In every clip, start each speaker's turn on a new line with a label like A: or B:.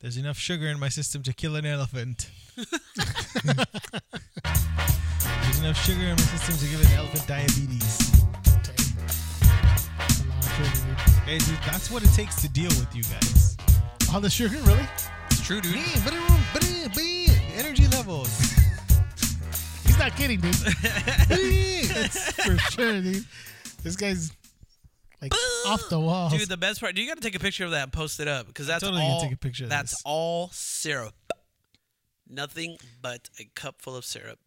A: There's enough sugar in my system to kill an elephant. There's enough sugar in my system to give an elephant diabetes.
B: It's a lot of sugar, dude.
A: Hey, dude, that's what it takes to deal with you guys.
B: All the sugar, really?
C: It's true, dude.
A: Hey, but it won't- but it- but it- Energy levels.
B: He's not kidding, dude. That's for sure, dude. This guy's like off the wall.
C: Dude, the best part. You got to take a picture of that and post it up because that's
A: totally gonna
C: all.
A: take a picture of
C: that's
A: this.
C: all syrup. Nothing but a cup full of syrup.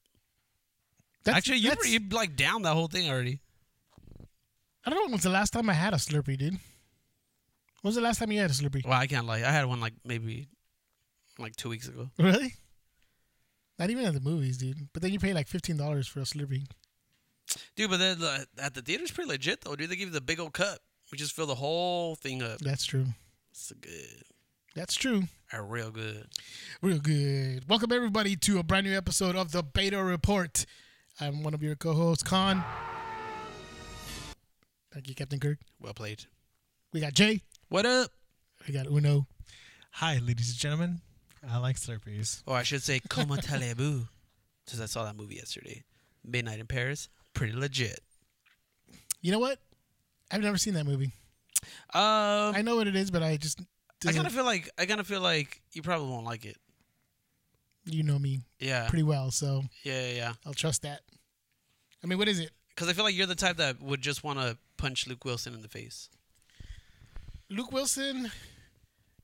C: Actually, you you like down that whole thing already.
B: I don't know when's the last time I had a Slurpee, dude. When's the last time you had a Slurpee?
C: Well, I can't lie. I had one like maybe like two weeks ago.
B: Really? Not even at the movies, dude. But then you pay like fifteen dollars for a Slurpee.
C: Dude, but then uh, at the theater, it's pretty legit though, dude. They give you the big old cup. We just fill the whole thing up.
B: That's true.
C: It's good.
B: That's true.
C: Uh, real good.
B: Real good. Welcome everybody to a brand new episode of the Beta Report. I'm one of your co-hosts, Khan. Thank you, Captain Kirk.
C: Well played.
B: We got Jay.
C: What up?
B: We got Uno.
A: Hi, ladies and gentlemen. I like Slurpees.
C: Or I should say, Como Talebu. Since I saw that movie yesterday. Midnight in Paris. Pretty legit.
B: You know what? I've never seen that movie.
C: Um,
B: I know what it is, but I just
C: I kind of feel like I kind of feel like you probably won't like it.
B: you know me
C: Yeah,
B: pretty well, so
C: yeah, yeah, yeah.
B: I'll trust that. I mean, what is it?
C: Because I feel like you're the type that would just want to punch Luke Wilson in the face.
B: Luke Wilson.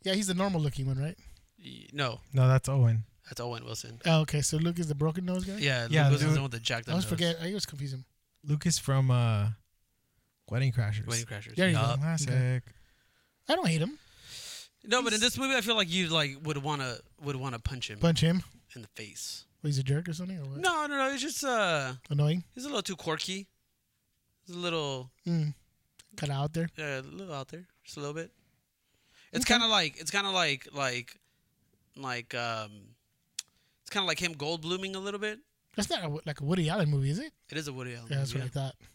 B: Yeah, he's the normal looking one, right?
C: Y- No,
A: No, that's Owen.
C: that's Owen Wilson.
B: Oh, okay, so Luke is the broken nose guy.
C: Yeah,
A: Yeah,
C: Luke Wilson's
A: dude.
C: the one with the jacked
B: I
C: up.
B: always
C: nose.
B: forget. I always confuse him.
A: Lucas from uh, Wedding Crashers.
C: Wedding Crashers.
B: There you
C: Uh,
B: go.
A: Classic.
B: I don't hate him.
C: No, but in this movie, I feel like you like would want to would want to punch him
B: Punch him.
C: in the face.
B: Well, he's a jerk or something, or what?
C: No, no, no. It's just uh,
B: Annoying.
C: he's a little too quirky. He's a little
B: Mm. Got out there.
C: Yeah, a little out there, just a little bit. It's
B: Okay.
C: kind of like it's kind of like like like um, it's kind of like him gold blooming a little bit.
B: That's not a, like a Woody Allen movie, is it?
C: It is a Woody Allen.
B: Yeah, that's
C: movie,
B: what I thought.
C: Oh,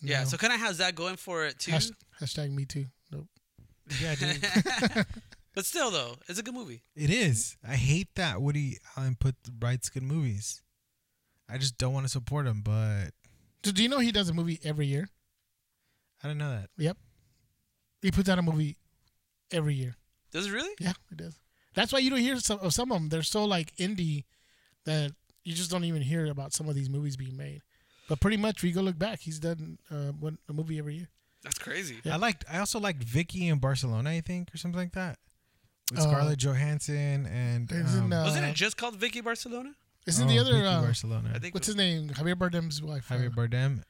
C: yeah. Yeah,
B: No.
C: so kind of has that going for it too.
B: Hash- hashtag me too. Nope.
A: Yeah, dude.
C: but still, though, it's a good movie.
A: It is. I hate that Woody Allen put writes good movies. I just don't want to support him, but
B: So do you know he does a movie every year?
A: I don't know that.
B: Yep. He puts out a movie every year.
C: Does it really?
B: Yeah, it does. That's why you don't hear some of some of them. They're so like indie that you just don't even hear about some of these movies being made. But pretty much, we go look back. He's done uh, one a movie every year.
C: That's crazy.
B: Yeah.
A: I liked. I also liked Vicky in Barcelona, I think, or something like that, with
B: Oh.
A: Scarlett Johansson and
B: Isn't,
A: um,
B: uh,
C: Wasn't it just called Vicky Barcelona?
B: Isn't
A: oh,
B: the other
A: Vicky
B: uh,
A: Barcelona?
C: I think.
B: what's his name? Javier Bardem's wife. uh,
A: Javier Bardem.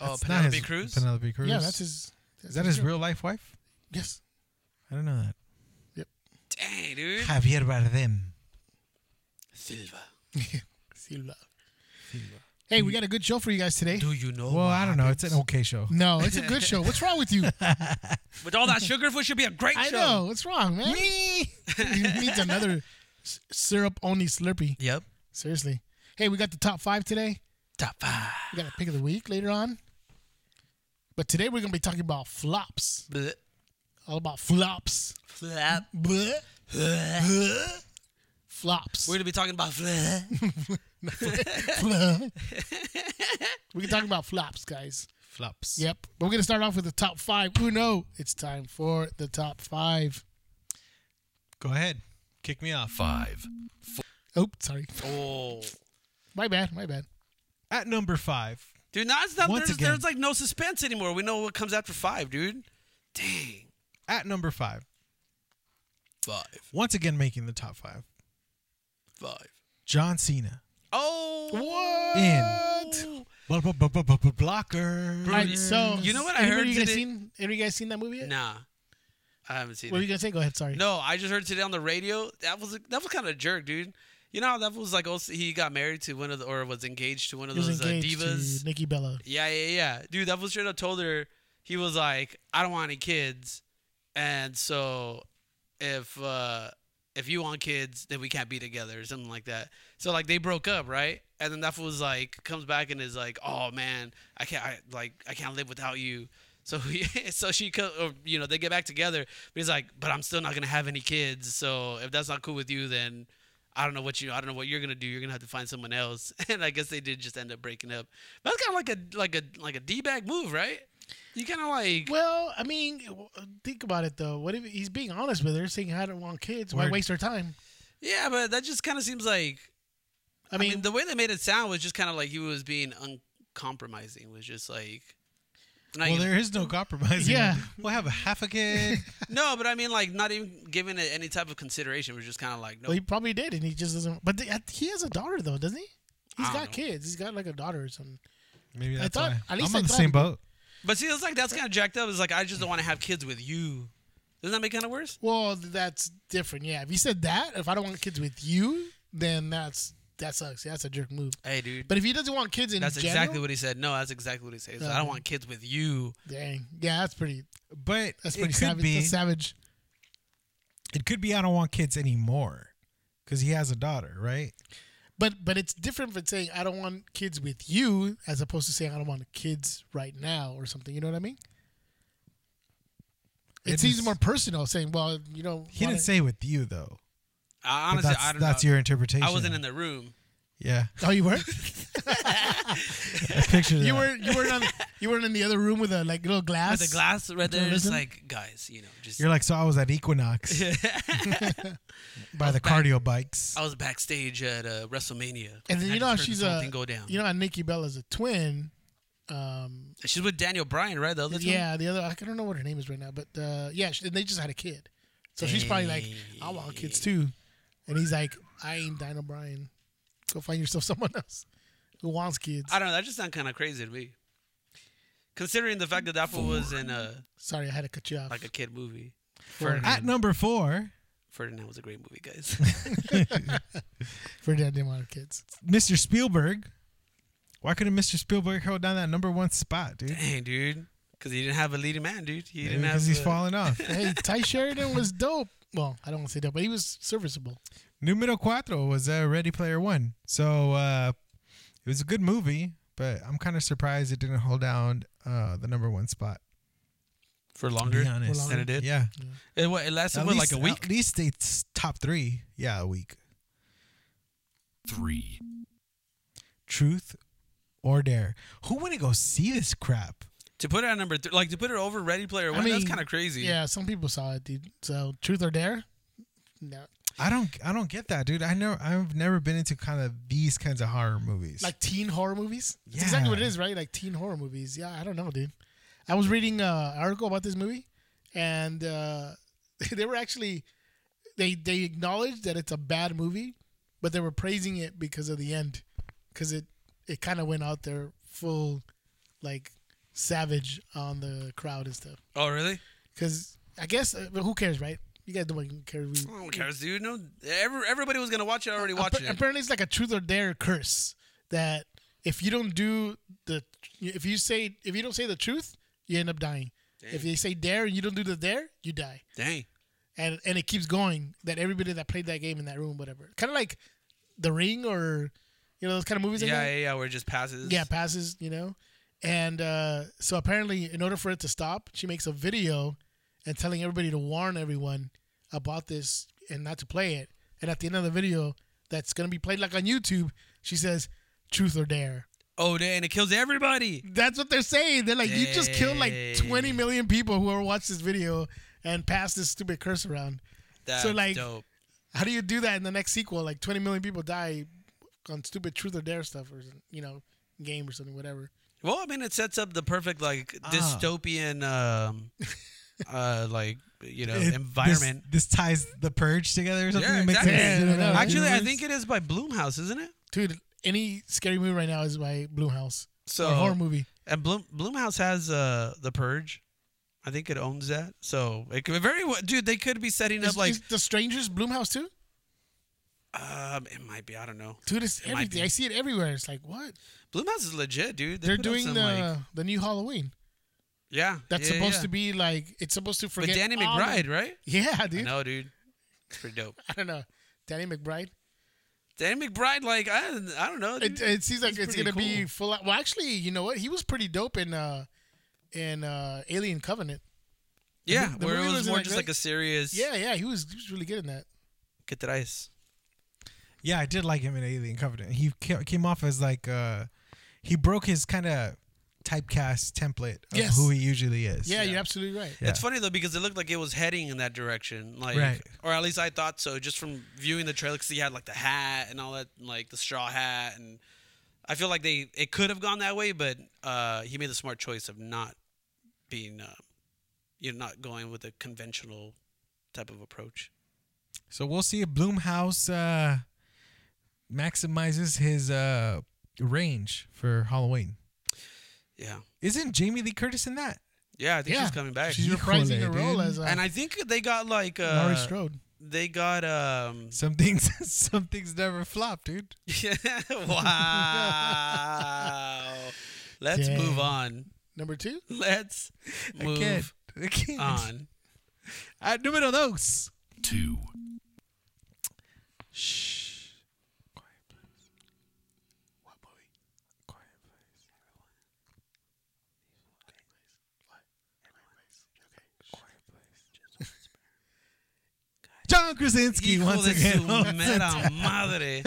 C: Oh,
A: That's not
C: Penelope
A: his-
C: Cruz.
A: Penelope Cruz.
B: Yeah, that's his.
A: Is that his
B: girl.
A: real life wife?
B: Yes.
A: I don't know that.
C: Dang, dude.
A: Javier Bardem.
C: Silva.
B: Silva. Hey, we got a good show for you guys today.
C: Do you know?
A: Well,
C: what
A: I don't know. It's
C: happens?
A: an okay show.
B: No, it's a good show. What's wrong with you?
C: With all that sugar food, should be a great
B: I
C: show.
B: know. What's wrong, man? he needs another s- syrup only Slurpee.
C: Yep.
B: Seriously. Hey, we got the top five today.
C: Top five.
B: We got a pick of the week later on. But today we're gonna be talking about flops.
C: Bleh.
B: All about flops.
C: Flap.
B: Bleh.
C: Bleh.
B: Flops.
C: We're gonna be talking about. Flap.
B: Flop. we can talk about flops, guys.
A: Flops.
B: Yep. But we're gonna start off with the top five. Who know? It's time for the top five.
A: Go ahead. Kick me off.
D: Five.
B: Oh, sorry.
C: Oh.
B: My bad. My bad.
A: At number five.
C: Dude, now it's not,
A: Once
C: there's,
A: again.
C: there's like no suspense anymore. We know what comes after five, dude. Dang.
A: At number five.
C: Five.
A: Once again, making the top five.
C: Five.
A: John Cena.
C: Oh. What?
A: In. Blah, blah, blah, blah, blah, blah, Blocker.
B: All right, so
C: You know what I
B: anybody
C: heard
B: You guys
C: today?
B: seen? Have you guys seen that movie yet?
C: Nah. I haven't seen
B: What were
C: it.
B: you gonna say? Go ahead. Sorry.
C: No, I just heard today on the radio. That was that was kind of a jerk, dude. You know how that was like also, he got married to one of the or was engaged to one of
B: he was
C: those uh,
B: engaged
C: divas.
B: to Nikki Bella.
C: Yeah, yeah, yeah. Dude, that was straight up told her he was like, I don't want any kids. And so if uh if you want kids, then we can't be together or something like that. So like they broke up, right? And then that was like comes back and is like, Oh man, I can't I like I can't live without you. So he, so she co- or, you know they get back together. But he's like, but I'm still not gonna have any kids. So if that's not cool with you, then I don't know what you I don't know what you're gonna do. You're gonna have to find someone else. And I guess they did just end up breaking up. But that's kind of like a like a like a d bag move, right? You kind of like
B: Well, I mean, w- think about it though. What if he's being honest with her, saying I don't want kids? Why
A: Word.
B: waste her time?
C: yeah, but that just kind of seems like
B: I mean,
C: the way they made it sound was just kind of like he was being uncompromising. Was just like, not
A: Well,
C: even-
A: there is no compromise.
B: Yeah.
A: we'll have a half a kid.
C: no, but I mean like not even giving it any type of consideration. Was just kind of like, no,
B: well, he probably did, and he just doesn't. But the, he has a daughter though, doesn't he? He's
C: I don't
B: got
C: know.
B: kids. He's got like a daughter or something.
A: Maybe
B: I
A: that's
B: thought-
A: why.
B: at least
A: I'm
B: I
A: on the
B: thought
A: same
B: he-
A: boat.
C: but see, it's like that's kind of jacked up. It's like I just don't want to have kids with you. Doesn't that make kind of worse?
B: Well, that's different. Yeah, if he said that, if I don't want kids with you, then that's that sucks. That's a jerk move.
C: Hey, dude.
B: But if he doesn't want kids in
C: that's
B: general,
C: exactly what he said. No, that's exactly what he said. He said, I don't want kids with you.
B: dang, yeah, that's pretty.
A: But
B: That's
A: it
B: pretty
A: could
B: savage.
A: be.
B: That's savage.
A: It could be I don't want kids anymore, because he has a daughter, right?
B: But but it's different from saying I don't want kids with you as opposed to saying I don't want kids right now or something. You know what I mean? It,
A: It
B: seems
A: is-
B: more personal saying, well, you know,
A: He didn't say with you though. But
C: I, honestly,
A: that's,
C: I don't
A: that's
C: know.
A: your interpretation.
C: I wasn't in the room.
A: Yeah,
B: Oh, you were?
A: I pictured
B: you
A: that.
B: were you weren't on you weren't in the other room with a like little glass.
C: With the glass right there, just
B: Journalism?
C: like guys, you know, just
A: You're like, so I was at Equinox by the
C: back.
A: cardio bikes.
C: I was backstage at uh, WrestleMania,
B: And then
C: I
B: you know how
C: just heard
B: she's
C: this whole
B: a
C: thing go down.
B: You know how Nikki Bella's a twin. Um,
C: she's with Daniel Bryan, right? The other two?
B: yeah, the other I don't know what her name is right now, but uh, yeah, she, and they just had a kid, so she's probably like, I want kids too, and he's like, I ain't Dino Bryan, go find yourself someone else who wants kids.
C: I don't know. That just sounds kind of crazy to me. Considering the fact that that one was in a
B: Sorry, I had to cut you off.
C: like a kid movie,
A: At number four,
C: Ferdinand was a great movie, guys.
B: Ferdinand didn't want kids.
A: Mr. Spielberg. Why couldn't Mr. Spielberg hold down that number one spot, dude?
C: Dang, dude, because he didn't have a leading man, dude. He didn't have.
A: Because he's
C: a-
A: falling off.
B: Hey, Ty Sheridan was dope. Well, I don't want to say dope, but he was serviceable.
A: Numero cuatro was uh, Ready Player One. So uh, it was a good movie, but I'm kind of surprised it didn't hold down uh, the number one spot.
C: for
A: To be
C: longer
A: honest.
B: longer.
C: than it did.
A: Yeah.
C: It, wa- it lasted what, like a week.
A: At least it's top three. Yeah, a week.
D: three,
A: Truth or Dare. Who want to go see this crap?
C: to put it at number three, like to put it over Ready Player One, that's
B: mean,
C: kind of crazy.
B: Yeah, some people saw it, dude. So, truth or dare? No,
A: I don't. I don't get that, dude. I know. I've never been into kind of these kinds of horror movies.
B: like teen horror movies. That's
A: Yeah.
B: exactly what it is, right? Like teen horror movies. Yeah, I don't know, dude. I was reading uh, an article about this movie, and uh, they were actually they they acknowledged that it's a bad movie, but they were praising it because of the end, because it it kind of went out there full like savage on the crowd and stuff.
C: Oh, really?
B: Because I guess uh, but who cares, right? You guys don't care. We,
C: I don't care, dude. No, every, everybody was gonna watch it. Already watched
B: Appar-
C: it.
B: Apparently, it's like a truth or dare curse that if you don't do the, if you say if you don't say the truth, you end up dying. If they say dare and you don't do the dare, you die.
C: Dang.
B: And and it keeps going. That everybody that played that game in that room, whatever, kind of like the Ring or you know those kind of movies. like
C: Yeah,
B: that?
C: yeah, yeah. Where it just passes.
B: yeah passes you know and uh, so apparently in order for it to stop she makes a video and telling everybody to warn everyone about this and not to play it and at the end of the video that's going to be played like on youtube she says truth or dare
C: Oh, dang! It kills everybody.
B: that's what they're saying they're like you just killed like 20 million people who ever watched this video and passed this stupid curse around
C: That's
B: like,
C: dope.
B: how do you do that in the next sequel like 20 million people die on stupid truth or dare stuff or you know game or something whatever
C: Well, I mean, it sets up the perfect like
A: Ah.
C: dystopian, um, uh, like you know,
A: It-
C: environment.
A: This, this ties the purge together or something.
C: Yeah,
A: It makes
C: exactly.
A: sense.
B: Yeah, I know.
C: Actually, I think it is by Bloomhouse, isn't it?
B: dude any scary movie right now is by Bloomhouse
C: So
B: or horror movie.
C: And Bloom Bloomhouse has uh the Purge. I think it owns that. So it could very well, dude. They could be setting up
B: Is,
C: like
B: is The Strangers Bloomhouse too?
C: um it might be I don't know.
B: Dude, it's
C: might
B: everything.
C: be.
B: I see it everywhere. It's like what
C: Bloomhouse is legit, dude. They
B: they are
C: put out
B: doing
C: some,
B: the
C: like,
B: the new Halloween.
C: yeah.
B: That's
C: yeah,
B: supposed
C: yeah.
B: to be like it's supposed to
C: with
B: forget
C: Danny
B: all the-
C: McBride, right?
B: Yeah, dude.
C: I
B: I,
C: know, dude. It's pretty dope.
B: don't know. Danny McBride.
C: Danny McBride, like I I don't know.
B: It,
C: dude.
B: it seems like
C: That's
B: it's
C: pretty
B: gonna be
C: cool.
B: full. Out. Well, actually, you know what? He was pretty dope in uh in uh, Alien Covenant.
C: Yeah,
B: the
C: where it
B: movie
C: was,
B: wasn't
C: more
B: that
C: just
B: great.
C: like a serious.
B: Yeah, yeah, he was, he was really good in that.
C: Que traes?
A: Yeah, I did like him in Alien Covenant. He ca- came off as like uh he broke his kind of typecast template of
B: Yes.
A: who he usually is.
B: Yeah,
C: Yeah.
B: you're absolutely right.
A: Yeah.
C: It's funny though because it looked like it was heading in that direction, like,
A: Right.
C: or at least I thought so, just from viewing the trailer. Because he had like the hat and all that, like the straw hat, and I feel like they it could have gone that way, but uh, he made the smart choice of not being, uh, you know, not going with a conventional type of approach.
A: So we'll see if Bloomhouse uh maximizes his uh range for Halloween.
C: Yeah,
A: Isn't Jamie Lee Curtis in that?
C: yeah, I think
B: Yeah.
C: she's coming back,
B: She's
A: Híjole,
B: reprising her role
A: dude.
B: as uh,
C: and I think they got like
B: Laurie
C: uh,
B: Strode.
C: they got um,
A: Some things some things never flop, dude.
C: wow. Let's
B: Dang.
C: move on.
B: Number two,
C: Let's
A: I can't.
C: move
A: I can't.
C: on.
A: At numero dos.
D: two,
A: Shh. John Krasinski
C: Hijo
A: once
C: de su
A: again.
C: mera madre.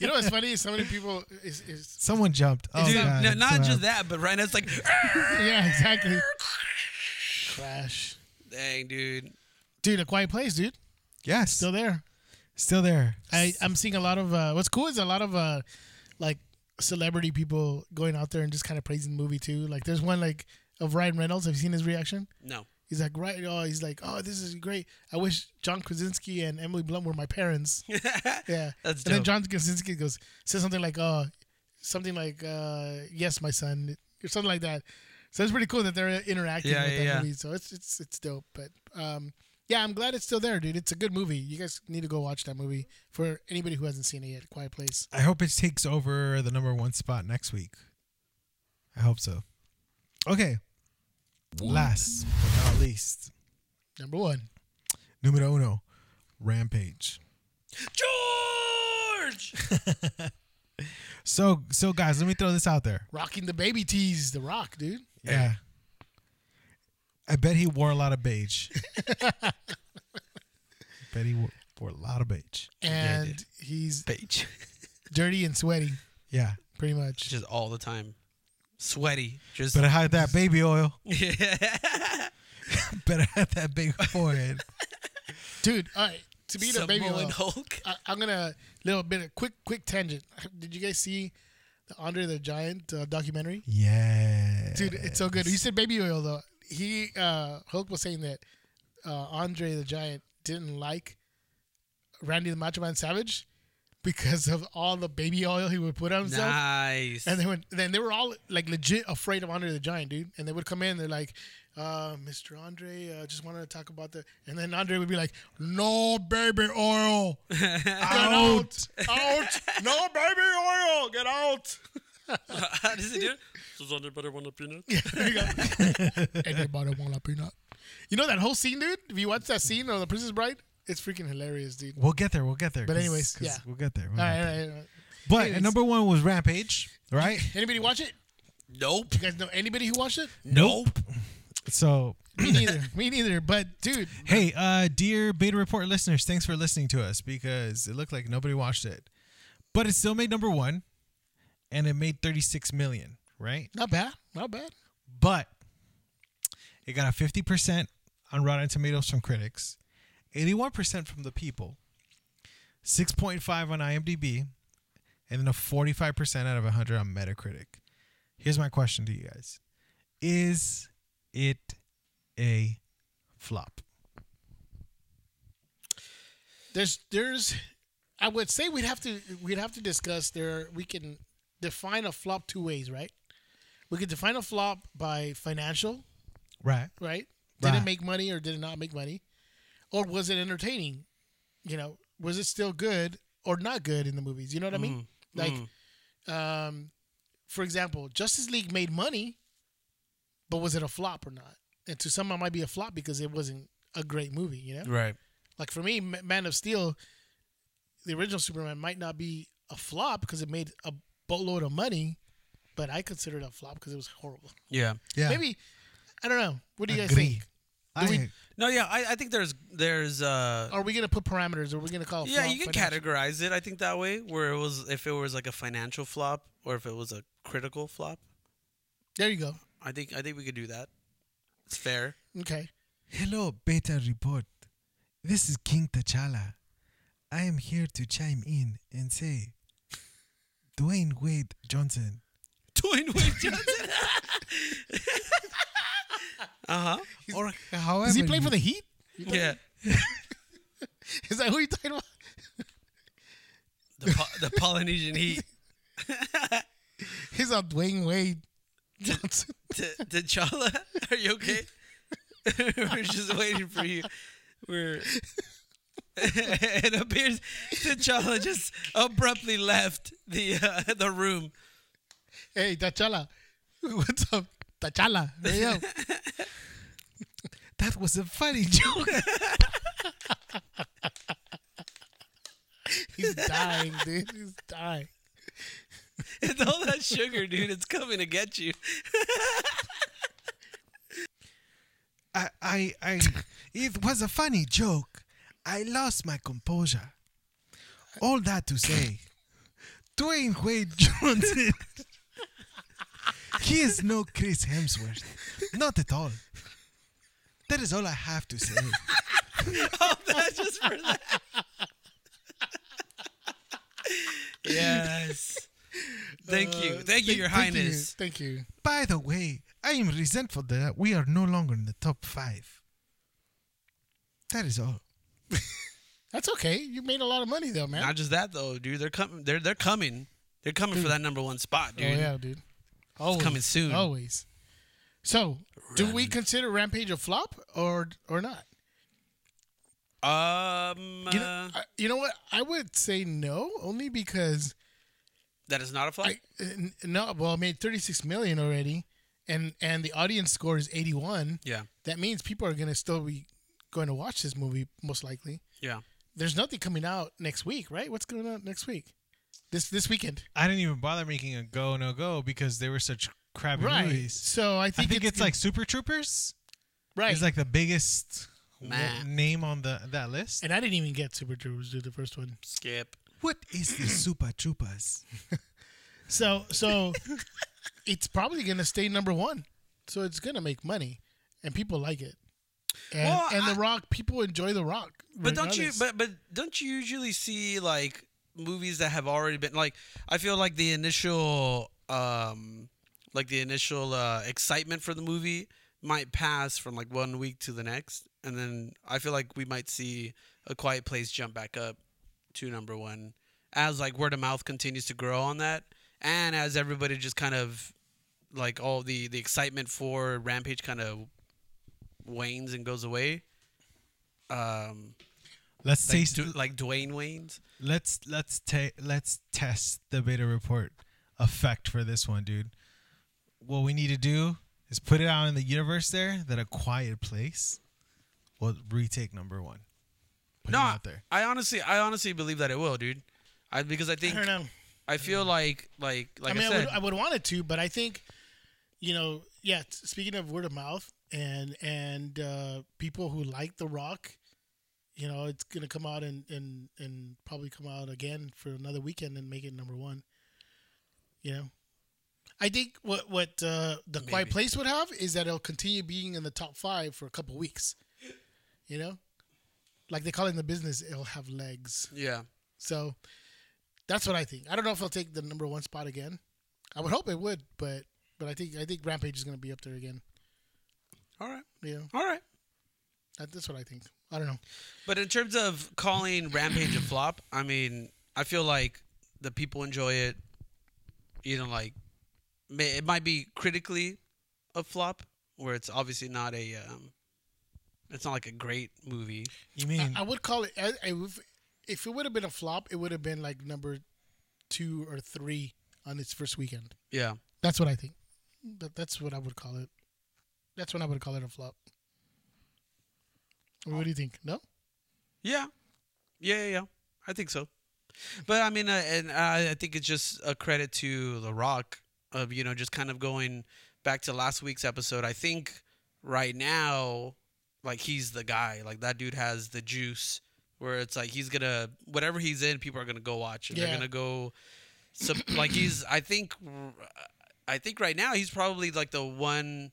B: you know what's funny? is So many people is, is
A: Someone jumped. Oh,
C: Dude,
A: God,
C: no,
A: I'm
C: not
A: so
C: just
A: happy.
C: that, but right now it's like,
B: yeah, exactly. Crash,
C: dang, dude.
B: dude, a quiet place, dude.
A: Yes,
B: Still
A: still,
B: there.
A: there.
B: I I'm seeing a lot of uh, what's cool is a lot of uh, like celebrity people going out there and just kind of praising the movie too. Like there's one like of Ryan Reynolds. Have you seen his reaction?
C: No.
B: He's like, right, oh, he's like, oh, this is great. I wish John Krasinski and Emily Blunt were my parents. Yeah.
C: That's
B: and then
C: dope.
B: John Krasinski goes, says something like, oh, something like, uh, yes, my son, or something like that. So it's pretty cool that they're interacting
C: Yeah,
B: with
C: yeah,
B: that
C: yeah.
B: movie. So it's, it's, it's dope. But, um, yeah, I'm glad it's still there, dude. It's a good movie. You guys need to go watch that movie for anybody who hasn't seen it yet. Quiet Place.
A: I hope it takes over the number one spot next week. I hope so. Okay,
D: one.
A: last but not least,
B: Number one.
A: numero uno, Rampage.
C: George!
A: So, so guys, let me throw this out there.
B: Rocking the baby tees, The Rock, dude.
A: Yeah. I bet he wore a lot of beige. bet he wore, wore a lot of beige.
B: And
C: dude.
B: he's
C: Page.
B: dirty and sweaty,
A: Yeah.
B: pretty much.
C: Just all the time. Sweaty. Just.
A: Better hide that baby oil.
C: yeah.
A: Better hide that big forehead.
B: dude, all right. To be the baby
C: Samoan
B: oil,
C: Hulk.
B: I, I'm gonna little bit of quick quick tangent. Did you guys see the Andre the Giant uh, documentary?
A: Yeah.
B: Dude, it's so good. You said baby oil though. He uh, Hulk was saying that uh, Andre the Giant didn't like Randy the Macho Man Savage because of all the baby oil he would put on himself.
C: Nice.
B: And they went, then they were all like legit afraid of Andre the Giant, dude. And they would come in, they're like, uh, Mr. Andre, uh, just wanted to talk about the. And then Andre would be like, No baby oil. Get out. Out. No baby oil. Get out.
C: How does it do?
B: Anybody want a peanut? You know that whole scene, dude? If you watch that scene of The Princess Bride, it's freaking hilarious, dude.
A: We'll get there. We'll get there.
B: But
A: 'cause-
B: anyways,
A: 'cause
B: yeah.
A: We'll get there. we'll
B: All
A: get
B: right,
A: there.
B: all right, all right.
A: But
B: anyways.
A: number one was Rampage, right?
B: Anybody watch it?
C: Nope.
B: You guys know anybody who watched it?
A: Nope. So
B: Me neither. Me neither. But, dude,
A: Hey, uh, dear Beta Report listeners, thanks for listening to us because it looked like nobody watched it, but it still made number one, and it made 36 million, right?
B: not bad. Not bad.
A: But it got a 50% on Rotten Tomatoes from critics, 81% from the people, 6.5 on IMDb, and then a 45% out of 100 on Metacritic. Here's my question to you guys: Is it a flop?
B: there's there's I would say we'd have to we'd have to discuss there we can define a flop two ways, right? We could define a flop by financial,
A: Right.
B: right? Did
A: Right.
B: it make money or did it not make money? Or was it entertaining? You know, was it still good or not good in the movies? You know what I
C: Mm,
B: mean?
C: Mm-hmm.
B: Like um for example, Justice League made money, but was it a flop or not? And to some it might be a flop because it wasn't a great movie, you know?
C: Right.
B: Like for me, Ma- Man of Steel, the original Superman might not be a flop because it made a boatload of money, but I consider it a flop because it was horrible.
C: Yeah.
A: Yeah.
B: Maybe I don't know. What do you guys
A: Agree.
B: think?
A: I,
B: we-
C: No, yeah, I, I think there's there's uh
B: Are we gonna put parameters? Are we gonna call? it
C: yeah,
B: flop
C: you can
B: financial?
C: categorize it. I think that way, where it was if it was like a financial flop or if it was a critical flop.
B: There you go.
C: I think I think we could do that. It's fair.
B: Okay.
A: Hello, Beta Report. This is King T'Challa. I am here to chime in and say Dwayne Wade Johnson
C: Dwayne Wade Johnson. uh huh.
A: or however
B: Does he play
A: you-
B: for the Heat?
C: Yeah.
B: Is that who you're talking about?
C: The po- the Polynesian Heat.
B: He's a Dwayne Wade Johnson.
C: T- T'Challa, are you okay? We're just waiting for you. We're. it appears T'Challa just abruptly left the uh, the room.
B: hey, Tachala. What's up? Tachala. Hey, yo.
A: That was a funny joke.
B: He's dying, dude. He's dying.
C: It's all that sugar, dude. It's coming to get you.
A: I, I, I, it was a funny joke. I lost my composure. All that to say, Dwayne Wade Johnson. he is no Chris Hemsworth. Not at all. That is all I have to say.
C: Oh, that's just for that. yes. Thank you.
B: Uh,
C: Thank you, Your Highness.
B: Thank you. Thank you.
A: By the way, I am resentful that we are no longer in the top five. That is all.
B: That's okay. You made a lot of money, though, man.
C: Not just that though, dude. They're coming. They're they're coming. They're coming for that number one spot, dude.
B: Oh, yeah, Oh. dude. Always.
C: coming soon.
B: Always. So, do we consider Rampage a flop or or not?
C: Um,
B: You know,
C: uh,
B: I- you know what? I would say no, only because
C: that is not a flop.
B: I n- no. Well, I made thirty six million already, and and the audience score is eighty one.
C: yeah,
B: That means people are gonna still be going to watch this movie most likely.
C: yeah.
B: There's nothing coming out next week, right? What's going on next week? This this weekend,
A: I didn't even bother making a go no go because they were such crappy
B: right?
A: movies.
B: So I think,
A: I think it's like Super Troopers.
B: right.
A: He's like the biggest w-
C: Nah.
A: name on the that list.
B: and I didn't even get Super Troopers do the first one.
C: Skip.
A: What is the Super Troopers?
B: So so it's probably gonna stay number one. So it's gonna make money, and people like it. And,
C: Well,
B: and
C: I-
B: the Rock, people enjoy the Rock.
C: But don't you?
B: regardless.
C: But but don't you usually see like movies that have already been like? I feel like the initial um, like the initial uh, excitement for the movie might pass from like one week to the next, and then I feel like we might see a Quiet Place jump back up to number one as like word of mouth continues to grow on that, and as everybody just kind of like all the the excitement for Rampage kind of wanes and goes away. Um,
A: Let's
C: like,
A: taste.
C: Du- like Dwayne Wayne's.
A: let's let's ta- let's test the beta report effect for this one, dude. What we need to do is put it out in the universe there that a quiet place will retake number one. Put
C: No,
A: it out there.
C: I honestly, I honestly believe that it will, dude. I because I think
B: I don't know.
C: I feel like like like
B: I
C: I,
B: mean, I,
C: said,
B: would, I would want it to, but I think, you know, yeah. t- Speaking of word of mouth and and uh, people who like The Rock, you know, it's gonna come out and and and probably come out again for another weekend and make it number one. You know, I think what what uh, the Quiet
C: Maybe.
B: Place would have is that it'll continue being in the top five for a couple weeks. You know, like they call it in the business, it'll have legs.
C: yeah,
B: So that's what I think. I don't know if they'll take the number one spot again. I would hope it would, but but I think I think Rampage is going to be up there again.
C: all right,
B: Yeah,
C: all right.
B: that, that's what I think. I don't know.
C: But in terms of calling Rampage a flop, I mean, I feel like the people enjoy it. You know, like may, it might be critically a flop, where it's obviously not a, um, it's not like a great movie.
A: You mean
C: Uh,
B: I, I would call it I, I, would- if it would have been a flop, it would have been like number two or three on its first weekend.
C: Yeah.
B: That's what I think. That, that's what I would call it. That's when I would call it a flop. What do you think? No,
C: Yeah, yeah, yeah. yeah. I think so. But I mean, uh, and I I think it's just a credit to The Rock of you know just kind of going back to last week's episode. I think right now, like he's the guy. Like that dude has the juice. Where it's like he's gonna whatever he's in, people are gonna go watch and
B: Yeah.
C: they're gonna go. So like he's I think I think right now he's probably like the one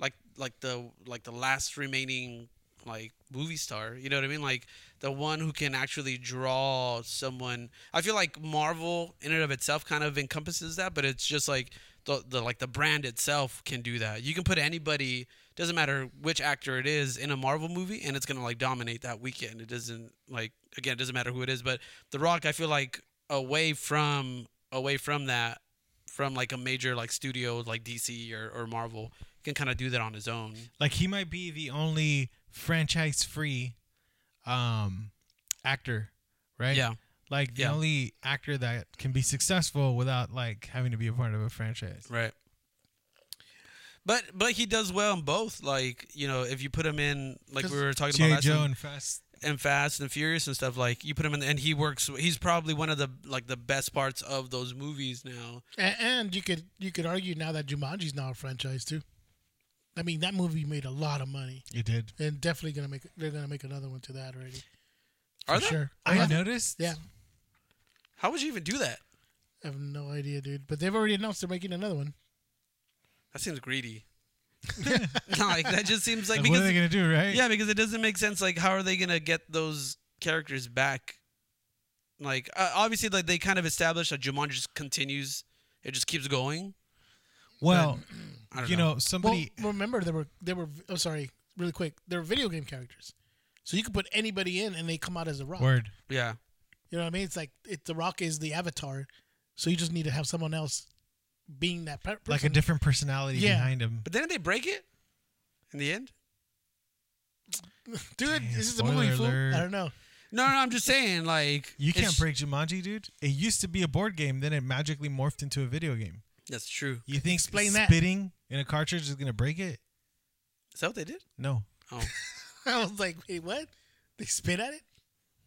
C: like like the like the last remaining like movie star you know what i mean like the one who can actually draw someone i feel like marvel in and of itself kind of encompasses that but it's just like the, the like the brand itself can do that you can put anybody doesn't matter which actor it is in a marvel movie and it's gonna like dominate that weekend it doesn't like again it doesn't matter who it is but the rock i feel like away from away from that from like a major like studio like DC or, or Marvel can kind of do that on his own.
A: Like he might be the only franchise free um actor, right?
C: Yeah.
A: Like the
C: Yeah.
A: only actor that can be successful without like having to be a part of a franchise.
C: Right. But but he does well in both. Like, you know, if you put him in like we were talking about
A: G.I.
C: last
A: Joe
C: time,
A: and Fast.
C: and Fast and Furious and stuff, like you put him in and he works he's probably one of the like the best parts of those movies now.
B: And, and you could you could argue now that Jumanji's now a franchise too. I mean, that movie made a lot of money,
A: You did.
B: and definitely gonna make they're gonna make another one to that already.
C: Are
B: for
C: there?
B: sure?
A: I
B: yeah.
A: noticed.
B: Yeah,
C: How would you even do that?
B: I have no idea, dude. But they've already announced they're making another one.
C: That seems greedy. like that just seems like,
A: Like,
C: because
A: what are they gonna do, right?
C: Yeah, because it doesn't make sense. Like, how are they gonna get those characters back? Like, uh, obviously, like they kind of established that Jumanji just continues; it just keeps going.
A: Well,
C: I don't
A: you
C: know.
A: know, somebody
B: Well, remember they were they were oh sorry, really quick. They're video game characters, so you could put anybody in and they come out as the Rock.
A: word.
C: Yeah,
B: You know what I mean? It's like it, the Rock is the avatar, so you just need to have someone else being that pe- person.
A: Like a different personality
B: Yeah.
A: behind him.
C: but didn't they break it in the end?
B: dude.
A: Damn,
B: this is a movie.
A: spoiler
B: Fool.
A: alert.
B: I don't know.
C: No, no, I'm just saying, like,
A: You
C: it's-
A: can't break Jumanji, dude. It used to be a board game, then it magically morphed into a video game.
C: That's true.
A: You think
B: Explain that.
A: spitting in a cartridge is gonna break it?
C: Is that what they did?
A: No.
C: Oh,
B: I was like, wait, what? They spit at it?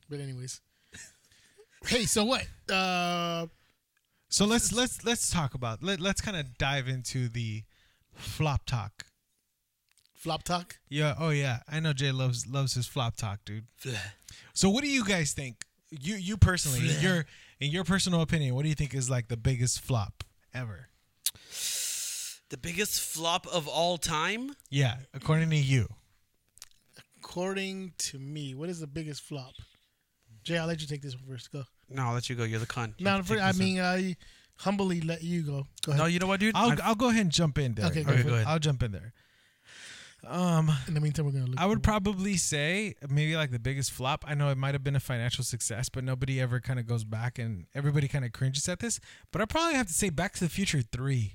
B: But anyways. hey, so what? Uh
A: So let's let's let's talk about let let's kind of dive into the flop talk.
B: flop talk?
A: Yeah, oh yeah, I know Jay loves loves his flop talk, dude. So what do you guys think? You you personally, in your in your personal opinion, what do you think is like the biggest flop ever?
C: the biggest flop of all time.
A: Yeah, according to you.
B: According to me, what is the biggest flop? Jay, I'll let you take this one first. Go.
C: No, I'll let you go. You're the con.
B: No,
A: take
B: I
A: this
B: mean, I humbly let you go. Go ahead.
C: No, you know what, dude?
A: I'll
C: I-
A: I'll go ahead and jump in there.
B: Okay, go
C: Okay, for go it. ahead.
A: I'll jump in there. Um,
B: In the meantime, we're gonna look.
A: I would
B: for-
A: probably say maybe like the biggest flop. I know it might have been a financial success, but nobody ever kind of goes back and everybody kind of cringes at this. But I probably have to say Back to the Future 3.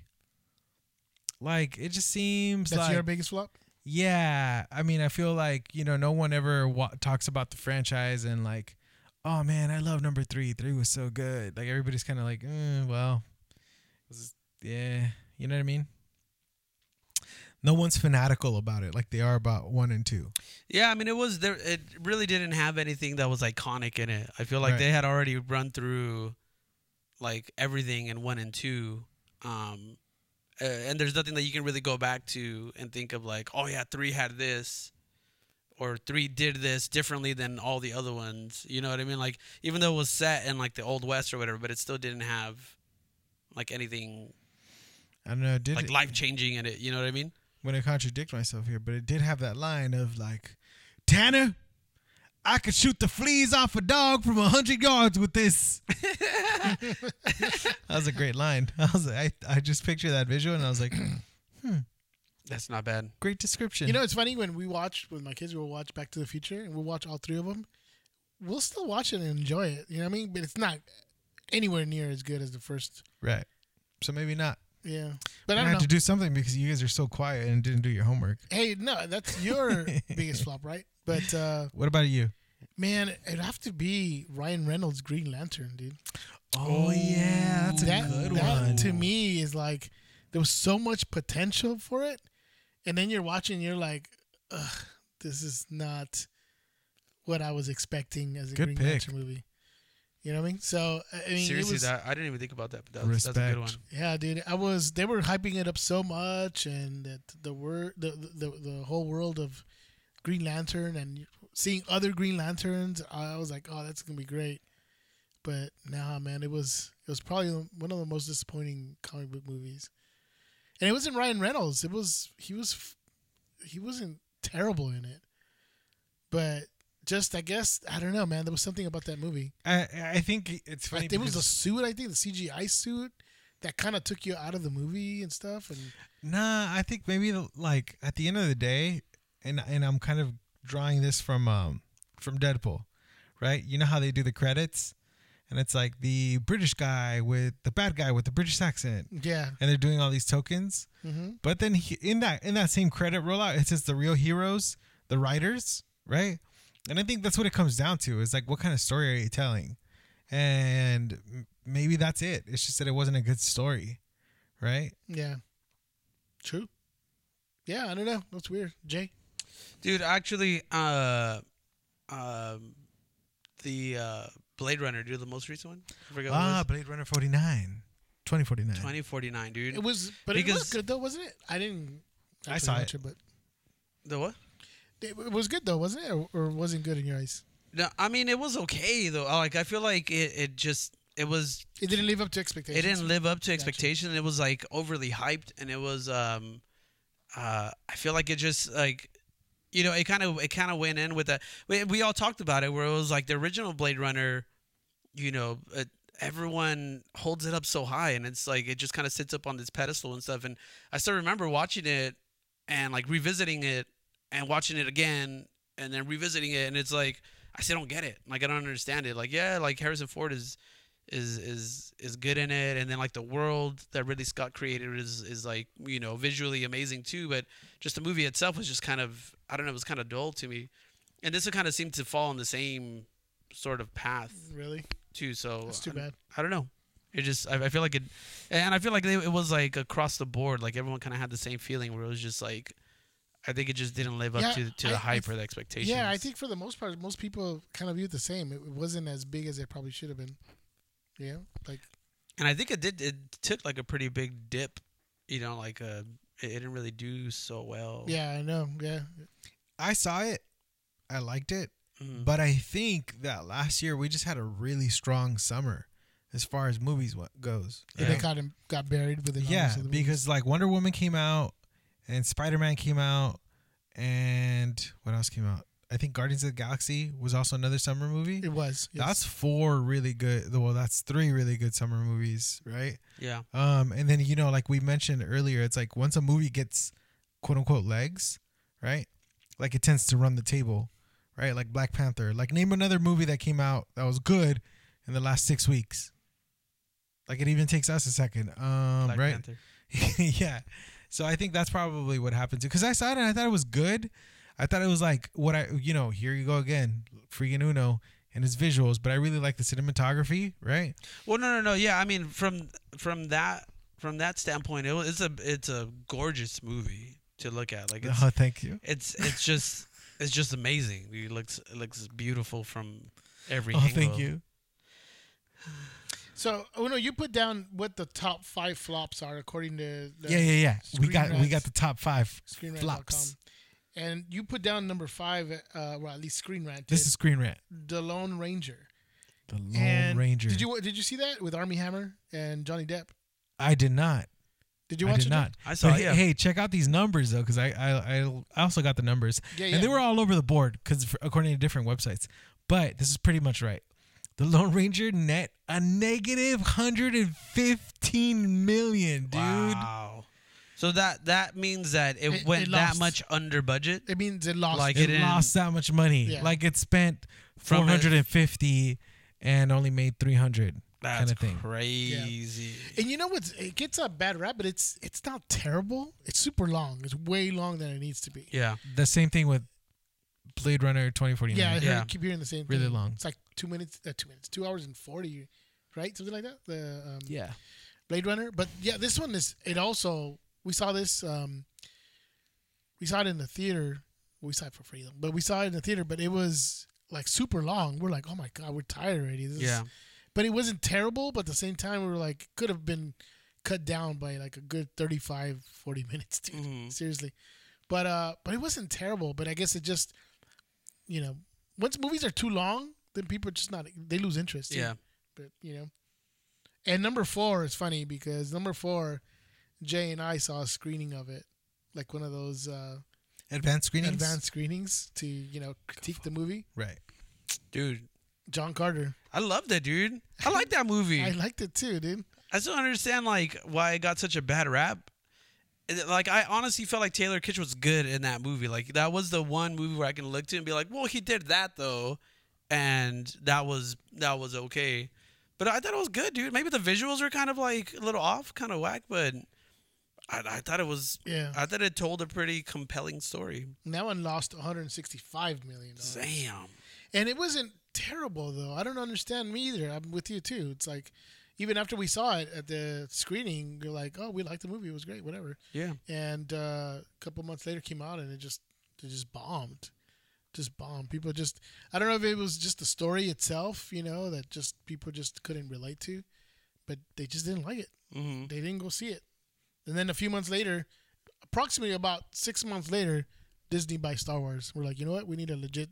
A: Like it just seems
B: That's
A: like
B: your biggest flop.
A: yeah, I mean I feel like, you know, no one ever wa- talks about the franchise and like oh man, I love number 3. 3 was so good. Like everybody's kind of like, mm, well, it was- yeah, you know what I mean? No one's fanatical about it like they are about 1 and 2.
C: Yeah, I mean, it was there. It really didn't have anything that was iconic in it. I feel like
A: Right.
C: they had already run through like everything in one and two, um, uh, and there's nothing that you can really go back to and think of like, oh yeah, three had this, or three did this differently than all the other ones. You know what I mean? Like even though it was set in like the old west or whatever, but it still didn't have like anything
A: I don't know. Did
C: like
A: it,
C: life changing in it. You know what I mean?
A: when I contradict myself here, but it did have that line of like, Tanner, I could shoot the fleas off a dog from a hundred yards with this. that was a great line. I was like, I, I just pictured that visual and I was like,
C: That's not bad.
A: great description.
B: You know, it's funny when we watch with my kids, we'll watch Back to the Future and we'll watch all three of them. We'll still watch it and enjoy it. You know what I mean? But it's not anywhere near as good as the first.
A: right? So maybe not.
B: Yeah, but
A: I
B: I don't
A: had
B: know.
A: to do something because you guys are so quiet and didn't do your homework.
B: hey, no, that's your biggest flop, right? But uh
A: What about you?
B: man, it'd have to be Ryan Reynolds' Green Lantern, dude.
A: Oh, yeah, that's a
B: that
A: good
B: that
A: one.
B: to me is like there was so much potential for it, and then you're watching, you're like, Ugh, this is not what I was expecting as a
A: Good
B: Green
A: pick.
B: Lantern movie. You know what I mean? So I I mean, it
C: Seriously,
B: was-
C: that I didn't even think about that, but that's, that's a good one.
A: Respect.
B: Yeah, dude. I was. They were hyping it up so much, and that the word, the, the the whole world of Green Lantern, and seeing other Green Lanterns, I was like, oh, that's gonna be great. But nah, man, it was it was probably one of the most disappointing comic book movies. And it wasn't Ryan Reynolds. It was he was f- he wasn't terrible in it, but just I guess I don't know, man. There was something about that movie.
A: I I think it's funny.
B: Like, there was the
A: because-
B: suit, I think, the CGI suit that kind of took you out of the movie and stuff. And
A: Nah, I think maybe the, like at the end of the day, and and I'm kind of drawing this from um from Deadpool, right? You know how they do the credits, and it's like the British guy with the bad guy with the British accent,
B: yeah,
A: and they're doing all these tokens.
B: hmm
A: But then he, in that in that same credit rollout, it says the real heroes, the writers, right? And I think that's what it comes down to is like what kind of story are you telling, and m- maybe that's it. It's just that it wasn't a good story, right?
B: yeah, true. Yeah, I don't know. That's weird, Jay.
C: Dude, actually, uh, um, the uh, Blade Runner, dude, the most recent one. I forget what it
A: Ah,
C: was.
A: Blade Runner 49. 2049.
C: 2049, dude.
B: It was, but it was
C: Because-
B: good though, wasn't it? I didn't.
A: I
B: actually
A: saw
B: watch
A: it.
B: but
C: the what?
B: it, it was good though, wasn't it? Or, or wasn't good in your eyes?
C: No, I mean it was okay though. Like I feel like it, it just it was
B: It didn't live up to expectations.
C: it didn't live up to
B: Gotcha.
C: expectation. It was like overly hyped, and it was um, uh, I feel like it just like, you know, it kind of it kind of went in with that. We, we all talked about it, where it was like the original Blade Runner, you know, uh, everyone holds it up so high, and it's like it just kind of sits up on this pedestal and stuff. And I still remember watching it and like revisiting it and watching it again and then revisiting it, and it's like I still don't get it. Like I don't understand it. Like yeah, like Harrison Ford is is is is good in it and then like the world that Ridley Scott created is is like you know visually amazing too but just the movie itself was just kind of I don't know it was kind of dull to me and this would kind of seem to fall on the same sort of path
B: really.
C: too so
B: That's too
C: I-
B: bad.
C: I, don't know it just I, I feel like it and I feel like they, it was like across the board like everyone kind of had the same feeling where it was just like I think it just didn't live up
B: Yeah,
C: to to
B: I-
C: the
B: I
C: hype
B: th-
C: or the expectations
B: Yeah, I think for the most part, most people kind of view it the same. It wasn't as big as it probably should have been. Yeah, like
C: and I think it did. It took like a pretty big dip, you know, like uh, it it didn't really do so well.
B: yeah, I know. Yeah,
A: I saw it. I liked it.
C: Mhm.
A: But I think that last year we just had a really strong summer as far as movies wa- goes.
B: And
C: Yeah.
B: they kind of got buried within. all
A: Yeah,
B: those other movies.
A: because like Wonder Woman came out and Spider Man came out and what else came out? I think Guardians of the Galaxy was also another summer movie.
B: it was. yes.
A: That's four really good. Well, that's three really good summer movies, right?
C: yeah,
A: Um, and then you know, like we mentioned earlier, it's like once a movie gets quote unquote legs, right? Like it tends to run the table, right? Like Black Panther. Like name another movie that came out that was good in the last six weeks. Like it even takes us a second, um,
C: Black
A: right?
C: Panther.
A: yeah. So I think that's probably what happened to because I saw it and I thought it was good. I thought it was like what I you know here you go again, freaking Uno and his visuals, but I really like the cinematography, right?
C: Well, no, no, no. Yeah, I mean, from from that from that standpoint, it was, it's a it's a gorgeous movie to look at. Like it's
A: Oh, thank you.
C: it's it's just it's just amazing. It looks it looks beautiful from every.
A: Oh,
C: angle.
A: thank you.
B: So, oh no, you put down what the top five flops are according to the
A: yeah, yeah, yeah. We
B: Screen
A: got we
B: Rant.
A: got the top five
B: ScreenRant.com.
A: flops.
B: And you put down number five, uh, well, at least Screen Rant.
A: This is Screen Rant.
B: The Lone Ranger.
A: The Lone
B: And
A: Ranger.
B: Did you did you see that with Army Hammer and Johnny Depp?
A: I did not.
B: Did you
A: I
B: watch
A: did
B: it?
A: not.
C: I saw
A: But
C: it,
A: hey-
C: yeah.
A: Hey, check out these numbers though, because I, I I I also got the numbers,
B: Yeah, yeah.
A: and they were all over the board, because according to different websites. But this is pretty much right. The Lone Ranger net a negative hundred and fifteen million, dude.
C: Wow. So that that means that it,
B: It-
C: went
B: it
C: that
B: lost.
C: much under budget.
B: It means it lost.
C: Like
A: It,
C: It
A: lost that much money.
B: Yeah.
A: Like it spent four
C: From it-
A: hundred and fifty, and only made three hundred.
C: That's
A: Kind of thing.
C: crazy.
B: and you know what? It gets a bad rap, but it's it's not terrible. It's super long. It's way long than it needs to be.
C: yeah.
A: The same thing with Blade Runner twenty forty nine.
B: Yeah, I heard,
C: Yeah.
B: keep hearing the same.
A: Really
B: thing.
A: long.
B: It's like two minutes, uh, two minutes, two hours and forty, right? Something like that. The um,
A: Yeah.
B: Blade Runner. But yeah, this one is it also we saw this um we saw it in the theater. We saw it for free, though, but we saw it in the theater. But it was like super long. We're like, oh my god, we're tired already. This is-
C: Yeah.
B: but it wasn't terrible. But at the same time, we were like, could have been cut down by like a good 35, 40 minutes, dude.
C: Mhm.
B: Seriously, but uh, but it wasn't terrible. But I guess it just, you know, once movies are too long, then people are just not they lose interest. dude.
C: Yeah.
B: but you know. And number four is funny because number four, Jay and I saw a screening of it, like one of those uh,
A: Advanced screenings.
B: advanced screenings to you know critique the movie.
A: Right.
C: Dude,
B: John Carter,
C: I loved it, dude. I like that movie.
B: I
C: I,
B: liked it too, dude.
C: still don't understand like why it got such a bad rap. It- Like I honestly felt like Taylor Kitsch was good in that movie. Like that was the one movie where I can look to and be like, "Well, he did that though," and that was that was okay. But I thought it was good, dude. Maybe the visuals were kind of like a little off, kind of whack, but I, I thought it was.
B: Yeah.
C: I thought it told a pretty compelling story.
B: Now one lost 165 million dollars,
C: Damn.
B: and it wasn't terrible though. I don't understand me either. I'm with you too. It's like even after we saw it at the screening, you're like, oh, we liked the movie. It was great, whatever.
C: Yeah.
B: and uh, a couple months later came out and it just it just bombed just bombed people just i don't know if it was just the story itself you know that just people just couldn't relate to but they just didn't like it
C: hmm
B: they didn't go see it and then a few months later approximately about six months later disney buys star wars we're like you know what we need a legit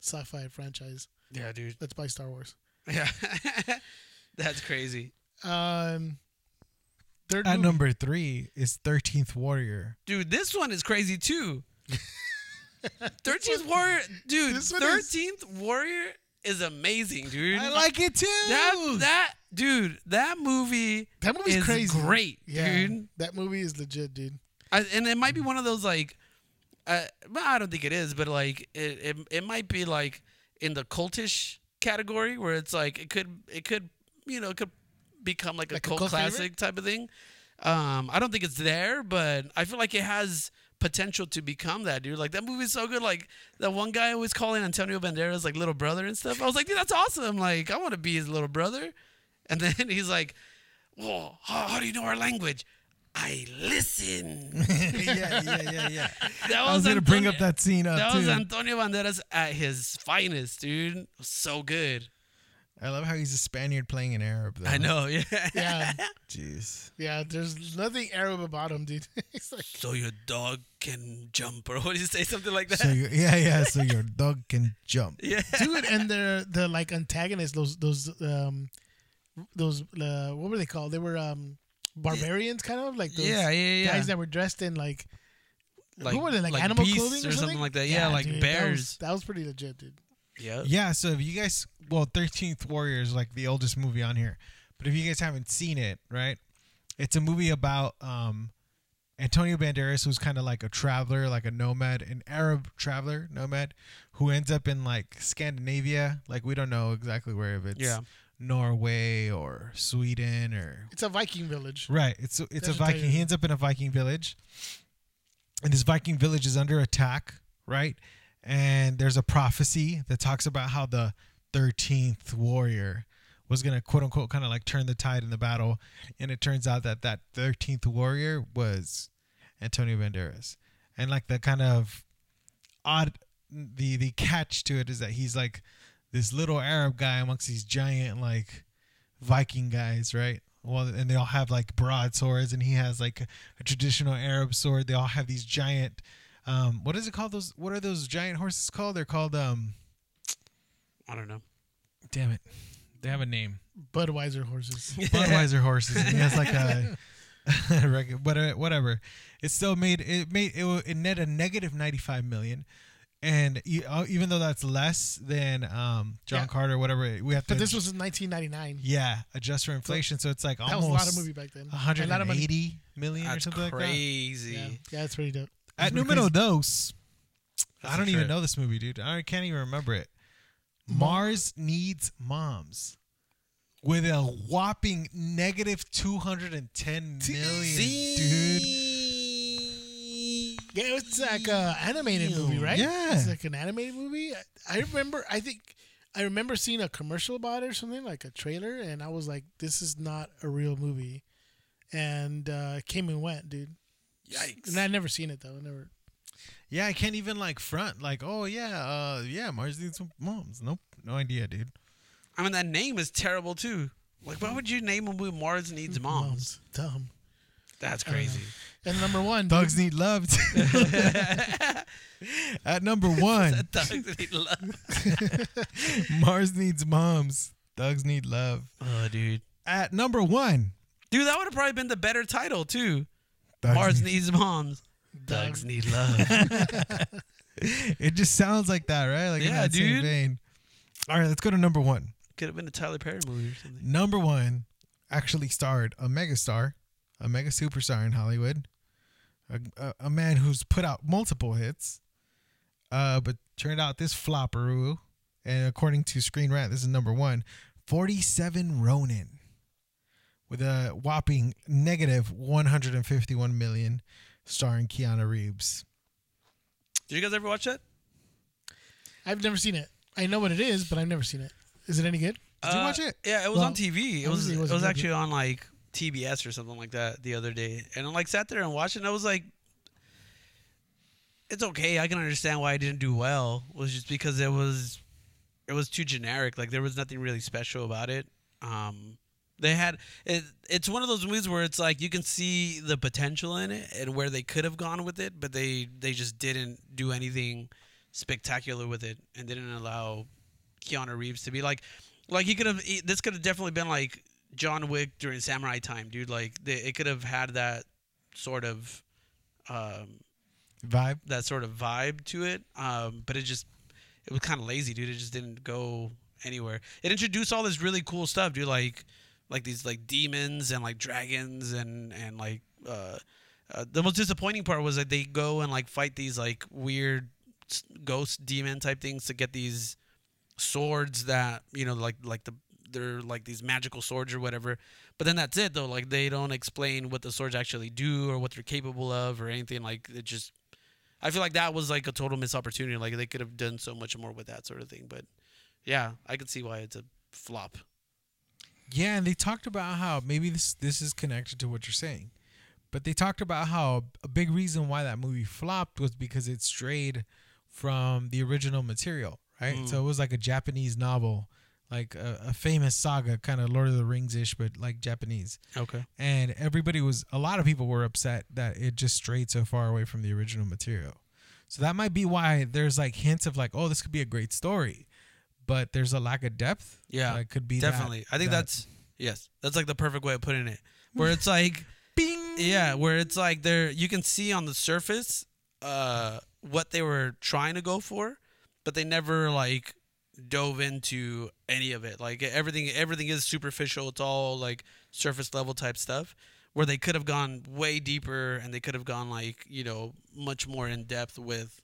B: sci-fi franchise
C: Yeah, dude.
B: let's buy star wars
C: Yeah. That's crazy.
B: um third
A: At
B: movie-
A: number three is Thirteenth Warrior.
C: Dude, this one is crazy too. 13th Warrior, dude,
B: this one is-
C: 13th Warrior is amazing, dude.
A: it too.
C: that that dude, that movie
B: that movie's
C: is
B: crazy
C: great,
B: yeah
C: dude.
B: that movie is legit dude
C: I, and it might be one of those like uh, well, I don't think it is, but like it, it it might be like in the cultish category where it's like it could it could you know it could become like,
B: Like
C: a
B: a
C: cult,
B: cult favorite?
C: classic type of thing. Um, I don't think it's there, but I feel like it has potential to become that, dude. Like that movie's so good. Like that one guy always calling Antonio Banderas like little brother and stuff. I was like, dude, that's awesome. Like I want to be his little brother. And then he's like, "Whoa, how, how do you know our language?" I listen.
A: yeah, yeah, yeah, yeah.
C: That
A: I was gonna
C: Antonio-
A: bring up that scene up
C: That
A: too.
C: was Antonio Banderas at his finest, dude. So good.
A: I love how he's a Spaniard playing an Arab. Though.
C: I know. Yeah.
B: yeah
A: Jeez.
B: Yeah, there's nothing Arab about him, dude. He's like,
C: So your dog can jump, or what do you say? Something like that.
A: So you, yeah, yeah. So your dog can jump.
C: yeah.
B: dude, and the the like antagonists, those those um, those uh, what were they called? They were um, barbarians, kind of like those
C: yeah. Yeah. Yeah.
B: guys that were dressed in like, what were they like, animal
C: beasts
B: clothing or, something?
C: like that. Yeah, like
B: dude, That was,
C: bears.
B: that was pretty legit, dude.
C: Yeah.
A: Yeah. So if you guys, well, Thirteenth Warrior is like the oldest movie on here, but if you guys haven't seen it, right? It's a movie about um, Antonio Banderas, who's kind of like a traveler, like a nomad, an Arab traveler nomad, who ends up in like Scandinavia. Like we don't know exactly where if it's
C: Yeah.
A: Norway or Sweden or
B: It's a Viking village.
A: Right. It's a, it's
B: That's
A: a
B: what Tiger
A: Viking. He
B: is.
A: ends up in a Viking village, and this Viking village is under attack. Right, and there's a prophecy that talks about how the thirteenth warrior was gonna quote unquote kind of like turn the tide in the battle, and it turns out that that thirteenth warrior was Antonio Banderas, and like the kind of odd the the catch to it is that he's like this little Arab guy amongst these giant like Viking guys, right? Well, and they all have like broadswords, and he has like a traditional Arab sword. They all have these giant, um, what is it called? Those what are those giant horses called? They're called um,
C: I don't know.
A: damn it, they have a name.
B: Budweiser horses.
A: Budweiser horses. And he has like a, record- whatever, whatever. It still made it made it, wa- it net a negative ninety five million, and e- uh, even though that's less than um John
B: Yeah.
A: Carter, whatever, we have to
B: But this was in 1999.
A: yeah adjust for inflation. So it's like
B: that
A: almost
B: was a lot of movie back then.
A: one hundred
B: A lot of
A: and
B: money.
A: eighty million or
C: That's
A: something like that.
C: crazy.
B: Yeah, yeah, that's pretty dope.
A: At
B: That's
A: numero
B: crazy.
A: dos,
C: That's
A: I
C: a
A: don't even
C: trip.
A: know this movie, dude. I can't even remember it. Mars needs moms with a whopping negative 210 million, dude.
B: Yeah, it was like an animated movie, right?
A: Yeah.
B: it's like an animated movie. I, I remember. I think I remember seeing a commercial about it or something, like a trailer, and I was like, "This is not a real movie," and uh, it came and went, dude.
C: Yikes.
B: And I never seen it though. I never.
A: Yeah, I can't even like front like, oh yeah, uh yeah, Mars needs moms. Nope, no idea, dude.
C: I mean, that name is terrible too. Like, why would you name a movie Mars Needs Moms?
B: Mom's dumb.
C: That's crazy.
B: And number one,
A: Thugs Need Love. At number one,
C: Thugs Need Love.
A: Mars Needs Moms. Thugs Need Love.
C: Oh, dude.
A: At number one,
C: Dude, that would have probably been the better title too.
A: Thugs
C: Mars
A: Need-
C: Needs Moms. Thugs Need Love.
A: It just sounds like that, right? Like in
C: Yeah,
A: that same
C: dude.
A: vein. All right, let's go to number one.
C: Could have been a Tyler Perry movie or something.
A: Number one actually starred a megastar, a mega superstar in Hollywood, a, a, a man who's put out multiple hits, uh, but turned out this flopperoo. And according to Screen Rant, this is number one 47 Ronin with a whopping negative 151 million, starring Keanu Reeves.
C: Did you guys ever watch that?
B: I've never seen it. I know what it is, but I've never seen it. Is it any good?
A: Did you watch it?
C: Uh, Yeah, it was
B: Well,
C: on TV. It was
B: obviously
C: it
B: it
C: was,
B: wasn't good,
C: actually on like TBS or something like that the other day. And I like sat there and watched it and I was like it's okay. I can understand why it didn't do well. Was just because it was it was too generic. Like there was nothing really special about it. Um they had it, it's one of those movies where it's like you can see the potential in it and where they could have gone with it, but they they just didn't do anything spectacular with it and didn't allow Keanu Reeves to be like, like he could have. he- This could have definitely been like John Wick during Samurai time, dude. Like they, it could have had that sort of, um,
A: Vibe?
C: that sort of vibe to it. Um, but it just, it was kind of lazy, dude. It just didn't go anywhere. It introduced all this really cool stuff, dude. Like, like these like demons and like dragons and and like. Uh, uh, the most disappointing part was that they go and like fight these like weird s- ghost demon type things to get these swords that you know like like the they're like these magical swords or whatever but then that's it though like they don't explain what the swords actually do or what they're capable of or anything like it just i feel like that was like a total missed opportunity like they could have done so much more with that sort of thing but yeah i could see why it's a flop
A: Yeah, and they talked about how maybe this this is connected to what you're saying, but they talked about how a big reason why that movie flopped was because it strayed from the original material, right?
C: Mm.
A: So it was like a Japanese novel, like a, a famous saga, kind of Lord of the Rings ish, but like Japanese.
C: okay
A: And everybody was a lot of people were upset that it just strayed so far away from the original material. So that might be why there's like hints of like, oh, this could be a great story, but there's a lack of depth.
C: Yeah,
A: that could be that-
C: definitely i think
A: that-
C: that's yes that's like the perfect way of putting it where it's like
A: Bing.
C: Yeah, where it's like there you can see on the surface uh what they were trying to go for, but they never like dove into any of it. Like everything everything is superficial. It's all like surface level type stuff where they could have gone way deeper and they could have gone like, you know, much more in depth with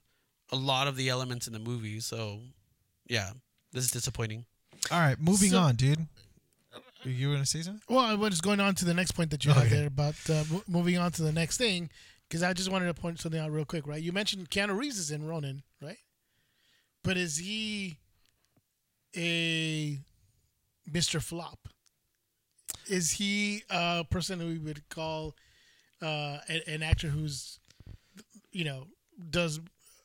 C: a lot of the elements in the movie. So, yeah. This is disappointing.
A: All right, moving
B: So-
A: on, dude. You- You want to say something?
B: Well, I was going on to the next point that you
A: Okay.
B: had there about uh, mo- moving on to the next thing because I just wanted to point something out real quick, right? You mentioned Keanu Reeves is in Ronin, right? But is he a Mr. Flop? Is he a person who we would call uh, a- an actor who's, you know, does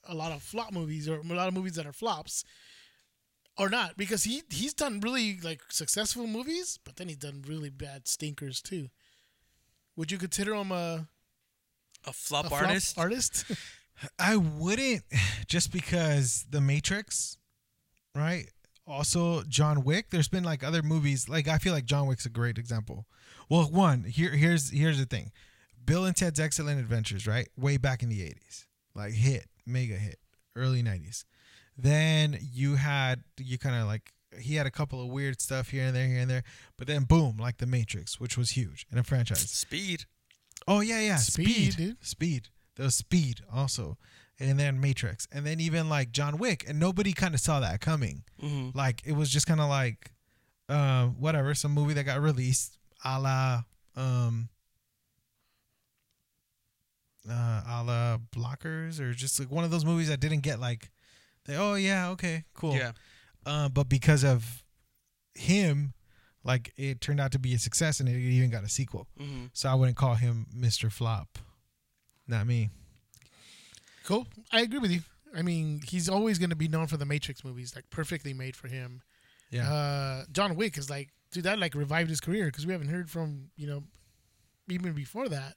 B: a lot of flop movies or a lot of movies that are flops? or not because he he's done really like successful movies, but then he's done really bad stinkers too. Would you consider him a,
C: A flop
B: a flop
C: artist?
B: artist?
A: I wouldn't, just because The Matrix, right? Also, John Wick. There's been like other movies. Like I feel like John Wick's a great example. Well, one here here's here's the thing, Bill and Ted's Excellent Adventures, right? Way back in the '80s, like hit, mega hit, early '90s. Then you had you kind of like he had a couple of weird stuff here and there, here and there. But then boom, like The Matrix, which was huge and a franchise.
C: Speed.
A: Oh yeah, yeah. Speed,
B: Speed,
A: speed
B: dude.
A: Speed. There was speed also, and then Matrix, and then even like John Wick, and nobody kind of saw that coming.
C: Mm-hmm.
A: Like it was just kind of like, uh, whatever, some movie that got released, a la, um, uh, a la Blockers, or just like one of those movies that didn't get like, they, oh yeah, okay, cool.
C: Yeah.
A: Uh, but because of him, like it turned out to be a success, and it even got a sequel.
C: Mm-hmm.
A: So I wouldn't call him Mr. Flop. Not me.
B: cool. I agree with you. I mean, he's always going to be known for the Matrix movies, like perfectly made for him.
A: Yeah.
B: Uh, John Wick is like, dude, that like revived his career because we haven't heard from you know, even before that.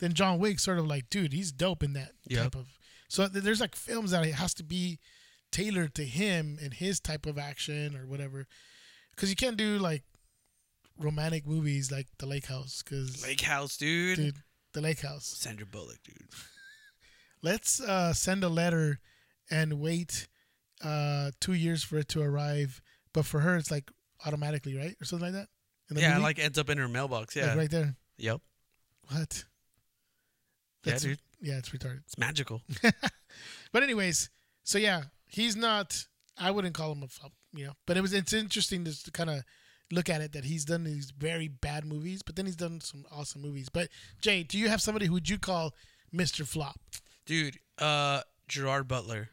B: Then John Wick sort of like, dude, he's dope in that
C: Yep.
B: type of. So th- there's like films that it has to be tailored to him and his type of action or whatever, because you can't do like romantic movies like The Lake House because
C: Lake House, dude.
B: dude, The Lake House.
C: Sandra Bullock, dude.
B: let's uh, send a letter and wait uh, two years for it to arrive. But for her, it's like automatically, right, or something like that. In the
C: Yeah,
B: movie?
C: like ends up in her mailbox.
B: Like
C: Yeah.
B: right there.
C: Yep.
B: What?
C: Yeah,
B: That's-
C: dude.
B: Yeah, it's retarded.
C: It's magical.
B: But anyways, so yeah, he's not. I wouldn't call him a flop, you know. But it was it's interesting just to kind of look at it that he's done these very bad movies, but then he's done some awesome movies. But Jay, do you have somebody who would you call Mr. Flop?
C: Dude, uh Gerard Butler.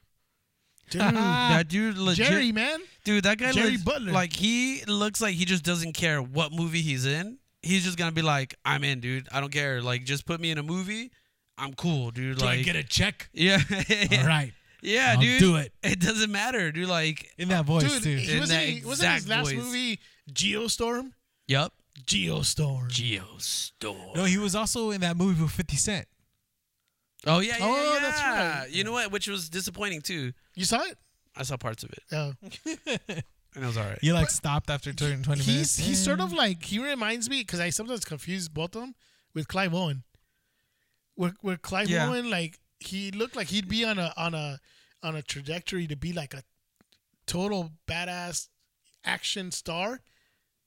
B: Dude,
C: that dude legit
B: Jerry, man.
C: Dude, that guy
B: Jerry
C: looks
B: Butler.
C: like he looks like he just doesn't care what movie he's in. He's just gonna be like, I'm in, dude. I don't care. Like, just put me in a movie. I'm cool, dude.
D: Can
C: like,
D: I get a check?
C: yeah,
D: All right.
C: yeah,
D: I'll
C: dude.
D: do it.
C: It doesn't matter, dude. Like,
A: in that voice
B: Dude,
A: too.
B: he
C: In
B: was
C: that
B: in, wasn't his
C: exact
B: last
C: voice.
B: movie Geostorm?
C: yep.
B: Geostorm.
C: Geostorm.
A: no, he was also in that movie with Fifty Cent.
C: oh yeah, yeah,
B: Oh,
C: yeah.
B: that's right.
C: You know what? Which was disappointing too.
B: you saw it?
C: I saw parts of it,
B: Oh.
C: and it was alright.
A: You like stopped after 20 20
B: He's
A: minutes.
B: he's sort
C: Mm.
B: of like he reminds me because I sometimes confuse both of them with Clive Owen. Where where Clive
C: Yeah.
B: Owen like he looked like he'd be on a on a on a trajectory to be like a total badass action star,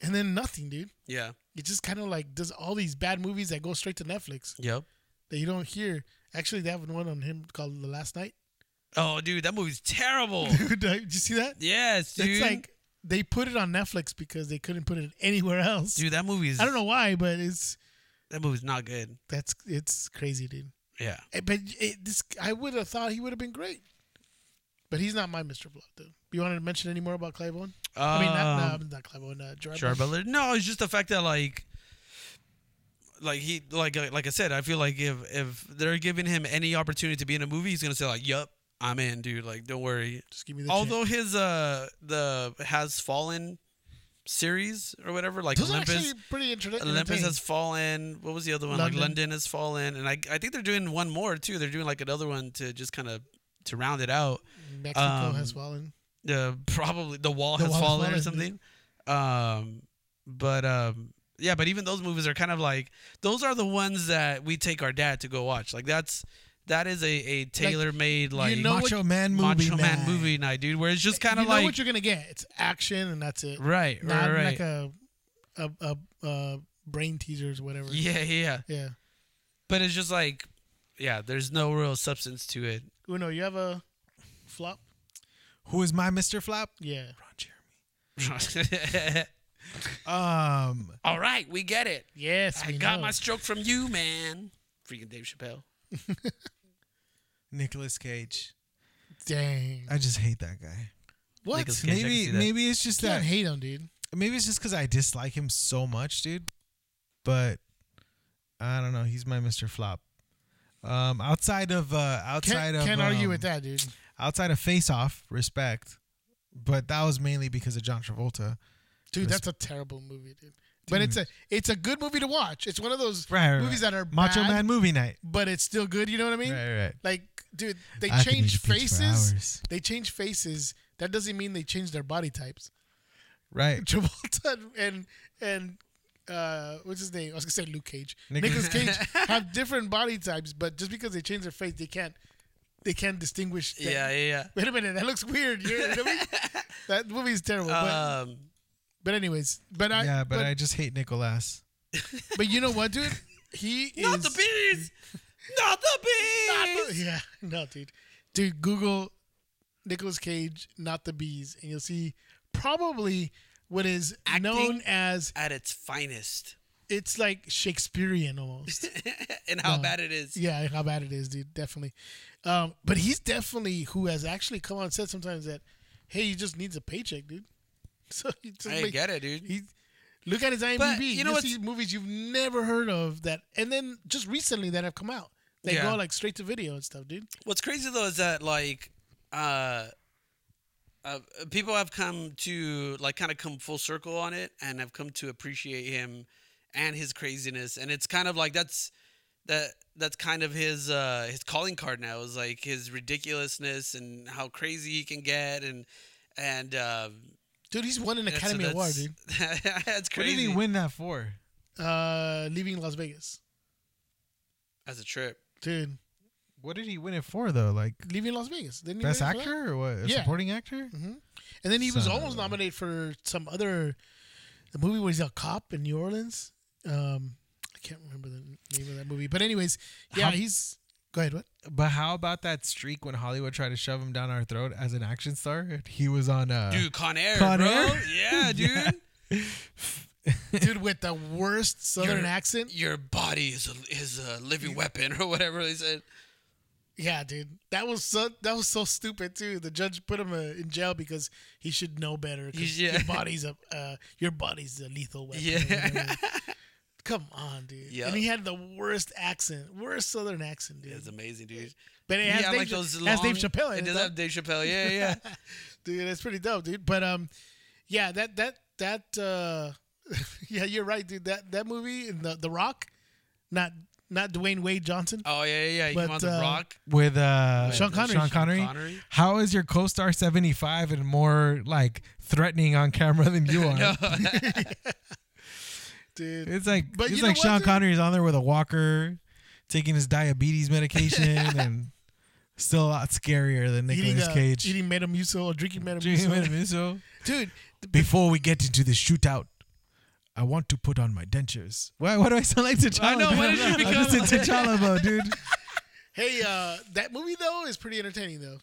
B: and then nothing, dude.
C: Yeah.
B: It just kind of like does all these bad movies that go straight to Netflix
C: Yep.
B: that you don't hear. Actually, they have one on him called The Last Night.
C: Oh, dude, that movie's terrible.
B: Dude, did you see that?
C: yes, dude.
B: It's like they put it on Netflix because they couldn't put it anywhere else.
C: dude, that movie's.
B: I don't know why, but it's
C: That movie's not good.
B: that's it's crazy, dude.
C: Yeah.
B: Eh, But it, this, I would have thought he would have been great, but he's not my Mr. Blood, though. You wanted to mention any more about Claiborne? I mean, not, no, not Claiborne, uh, Gerard.
C: Gerard Um, Butler. No, it's just the fact that like, like he like uh, like I said, I feel like if if they're giving him any opportunity to be in a movie, he's gonna say like, "Yup, I'm in, dude. Like, don't worry."
B: Just give me the. Although
C: Although his uh the has fallen series or whatever, like
B: those
C: Olympus.
B: are actually pretty interesting.
C: Olympus has fallen. What was the other one?
B: London.
C: Like London has fallen, and I, I think they're doing one more too. They're doing like another one to just kind of to round it out.
B: Mexico
C: um,
B: has fallen.
C: uh, probably the wall
B: The
C: has
B: Wall has
C: fallen or
B: fallen.
C: something. Um, but um, yeah, but even those movies are kind of like those are the ones that we take our dad to go watch. Like that's that is a, a tailor made like,
B: you know
A: Macho Man movie.
C: Macho Man movie night, dude, where it's just kind of
B: you know
C: like
B: what you're gonna get. It's action, and that's it.
C: right,
B: Not
C: right, right.
B: like a a a, a brain teasers, whatever.
C: yeah, yeah.
B: yeah.
C: But it's just like yeah, there's no real substance to it.
B: Uno, you have a flop?
A: Who is my Mr. Flop?
B: Yeah.
A: Ron Jeremy. Um,
C: All right, we get it.
B: Yes,
C: I
B: we
C: got
B: know.
C: my stroke from you, man. Freaking Dave Chappelle.
A: Nicolas Cage.
B: dang.
A: I just hate that guy.
B: What?
C: Nicolas Cage, I can
A: Maybe
C: see that.
A: maybe it's just
B: Can't
A: that
B: hate him, dude.
A: maybe it's just because I dislike him so much, dude. But I don't know. He's my Mr. Flop. Um, outside of uh, outside
B: Can't,
A: of
B: can't argue with
A: um,
B: that, dude.
A: Outside of Face Off, respect. But that was mainly because of John Travolta.
B: Dude,
A: Res-
B: that's a terrible movie, dude. But it's a it's a good movie to watch. It's one of those
A: Right, right,
B: movies
A: right.
B: that are
A: Macho
B: bad,
A: Man movie night.
B: but it's still good. You know what I mean?
A: Right, right.
B: Like, dude, they
A: I could eat
B: change
A: a peach for
B: faces.
A: hours.
B: They change faces. That doesn't mean they change their body types.
A: Right.
B: Travolta and and uh, what's his name? I was gonna say Luke Cage. Nicholas
A: Nicolas-
B: Cage have different body types, but just because they change their face, they can't they can't distinguish. Them.
C: Yeah, yeah,
B: Wait a minute, that looks weird. You know what I mean? that movie is terrible.
C: yeah.
B: but,
C: Um,
B: but anyways, but I
A: yeah, but, I just hate Nicolas.
B: but you know what, dude? He
C: not
B: is
C: the bees, not the
B: not the-
C: bees.
B: yeah, no, dude, dude. Google Nicolas Cage, not the bees, and you'll see probably what is known as
C: At its finest,
B: it's like Shakespearean almost.
C: and how bad it is.
B: Yeah, how bad it is, dude. Definitely. Um, but he's definitely who has actually come on set sometimes that, hey, he just needs a paycheck, dude. So he just
C: I
B: make-
C: get it, dude.
B: He, look at his IMDb.
C: you
B: you
C: know
B: know
C: what's-
B: see movies you've never heard of that, and then just recently that have come out. They
C: Yeah.
B: go like straight to video and stuff, dude.
C: What's crazy though is that like, uh, uh, people have come to like kind of come full circle on it and have come to appreciate him and his craziness and it's kind of like that's that that's kind of his uh his calling card now is like his ridiculousness and how crazy he can get and and uh
B: Dude, he's won an Academy Award,
C: that's,
B: dude.
C: dude that's
A: What did
C: crazy
A: he win that for?
B: Uh, leaving Las Vegas,
C: as a trip
B: dude.
A: What did he win it for though? Like
B: Leaving Las Vegas. Didn't he
A: best
B: win it for that?
A: actor or what? A
B: Yeah.
A: Supporting actor?
B: Mm-hmm. And then he was
A: Son of
B: almost
A: a-
B: nominated for some other the movie where he's a cop in New Orleans. Um, I can't remember the name of that movie, but anyways, yeah,
A: How-
B: he's. Go ahead. What?
A: But how about that streak when Hollywood tried to shove him down our throat as an action star? He was on uh
C: dude con air
A: Con
C: bro
A: Air?
C: yeah dude
A: Yeah.
B: Dude with the worst Southern
C: You're-
B: accent.
C: your body is a is a living weapon or whatever they said
B: Yeah, dude, that was so that was so stupid too. The judge put him uh, in jail because he should know better. 'cause
C: Yeah.
B: Your body's a uh, your body's a lethal weapon. or
C: Yeah.
B: whatever. Come on, dude.
C: Yep.
B: And he had the worst accent, worst Southern accent, dude.
C: it's amazing dude
B: but it
C: He
B: has,
C: had,
B: Dave,
C: like, those
B: has Dave
C: long-
B: Chappelle. in
C: It
B: it,
C: does
B: though.
C: have Dave Chappelle. Yeah, yeah.
B: dude, that's pretty dope, dude. But um, yeah, that that that uh, yeah, you're right, dude. That that movie, and the the Rock, not not Dwayne Wade Johnson.
C: Oh yeah, yeah. yeah. You
B: But,
C: come on the
B: uh,
C: Rock.
A: with uh
B: Sean Connery.
A: Sean Connery. How is your co-star 75 and more like threatening on camera than you are?
C: No.
B: Dude,
A: It's like
B: But
A: it's
B: you know
A: like
B: what,
A: Sean
B: dude?
A: Connery's on there with a walker, taking his diabetes medication, and still a lot scarier than
B: eating
A: Nicolas
B: uh,
A: Cage.
B: eating Metamucil or drinking
A: Jimmy
B: Metamucil.
A: Minimuso.
B: dude.
A: Before we get into the shootout, I want to put on my dentures. Why? Why do I sound like T'Challa?
C: I know, why did you
A: I'm just in T'Challa mode, dude.
B: Hey, uh, that movie though is pretty entertaining though.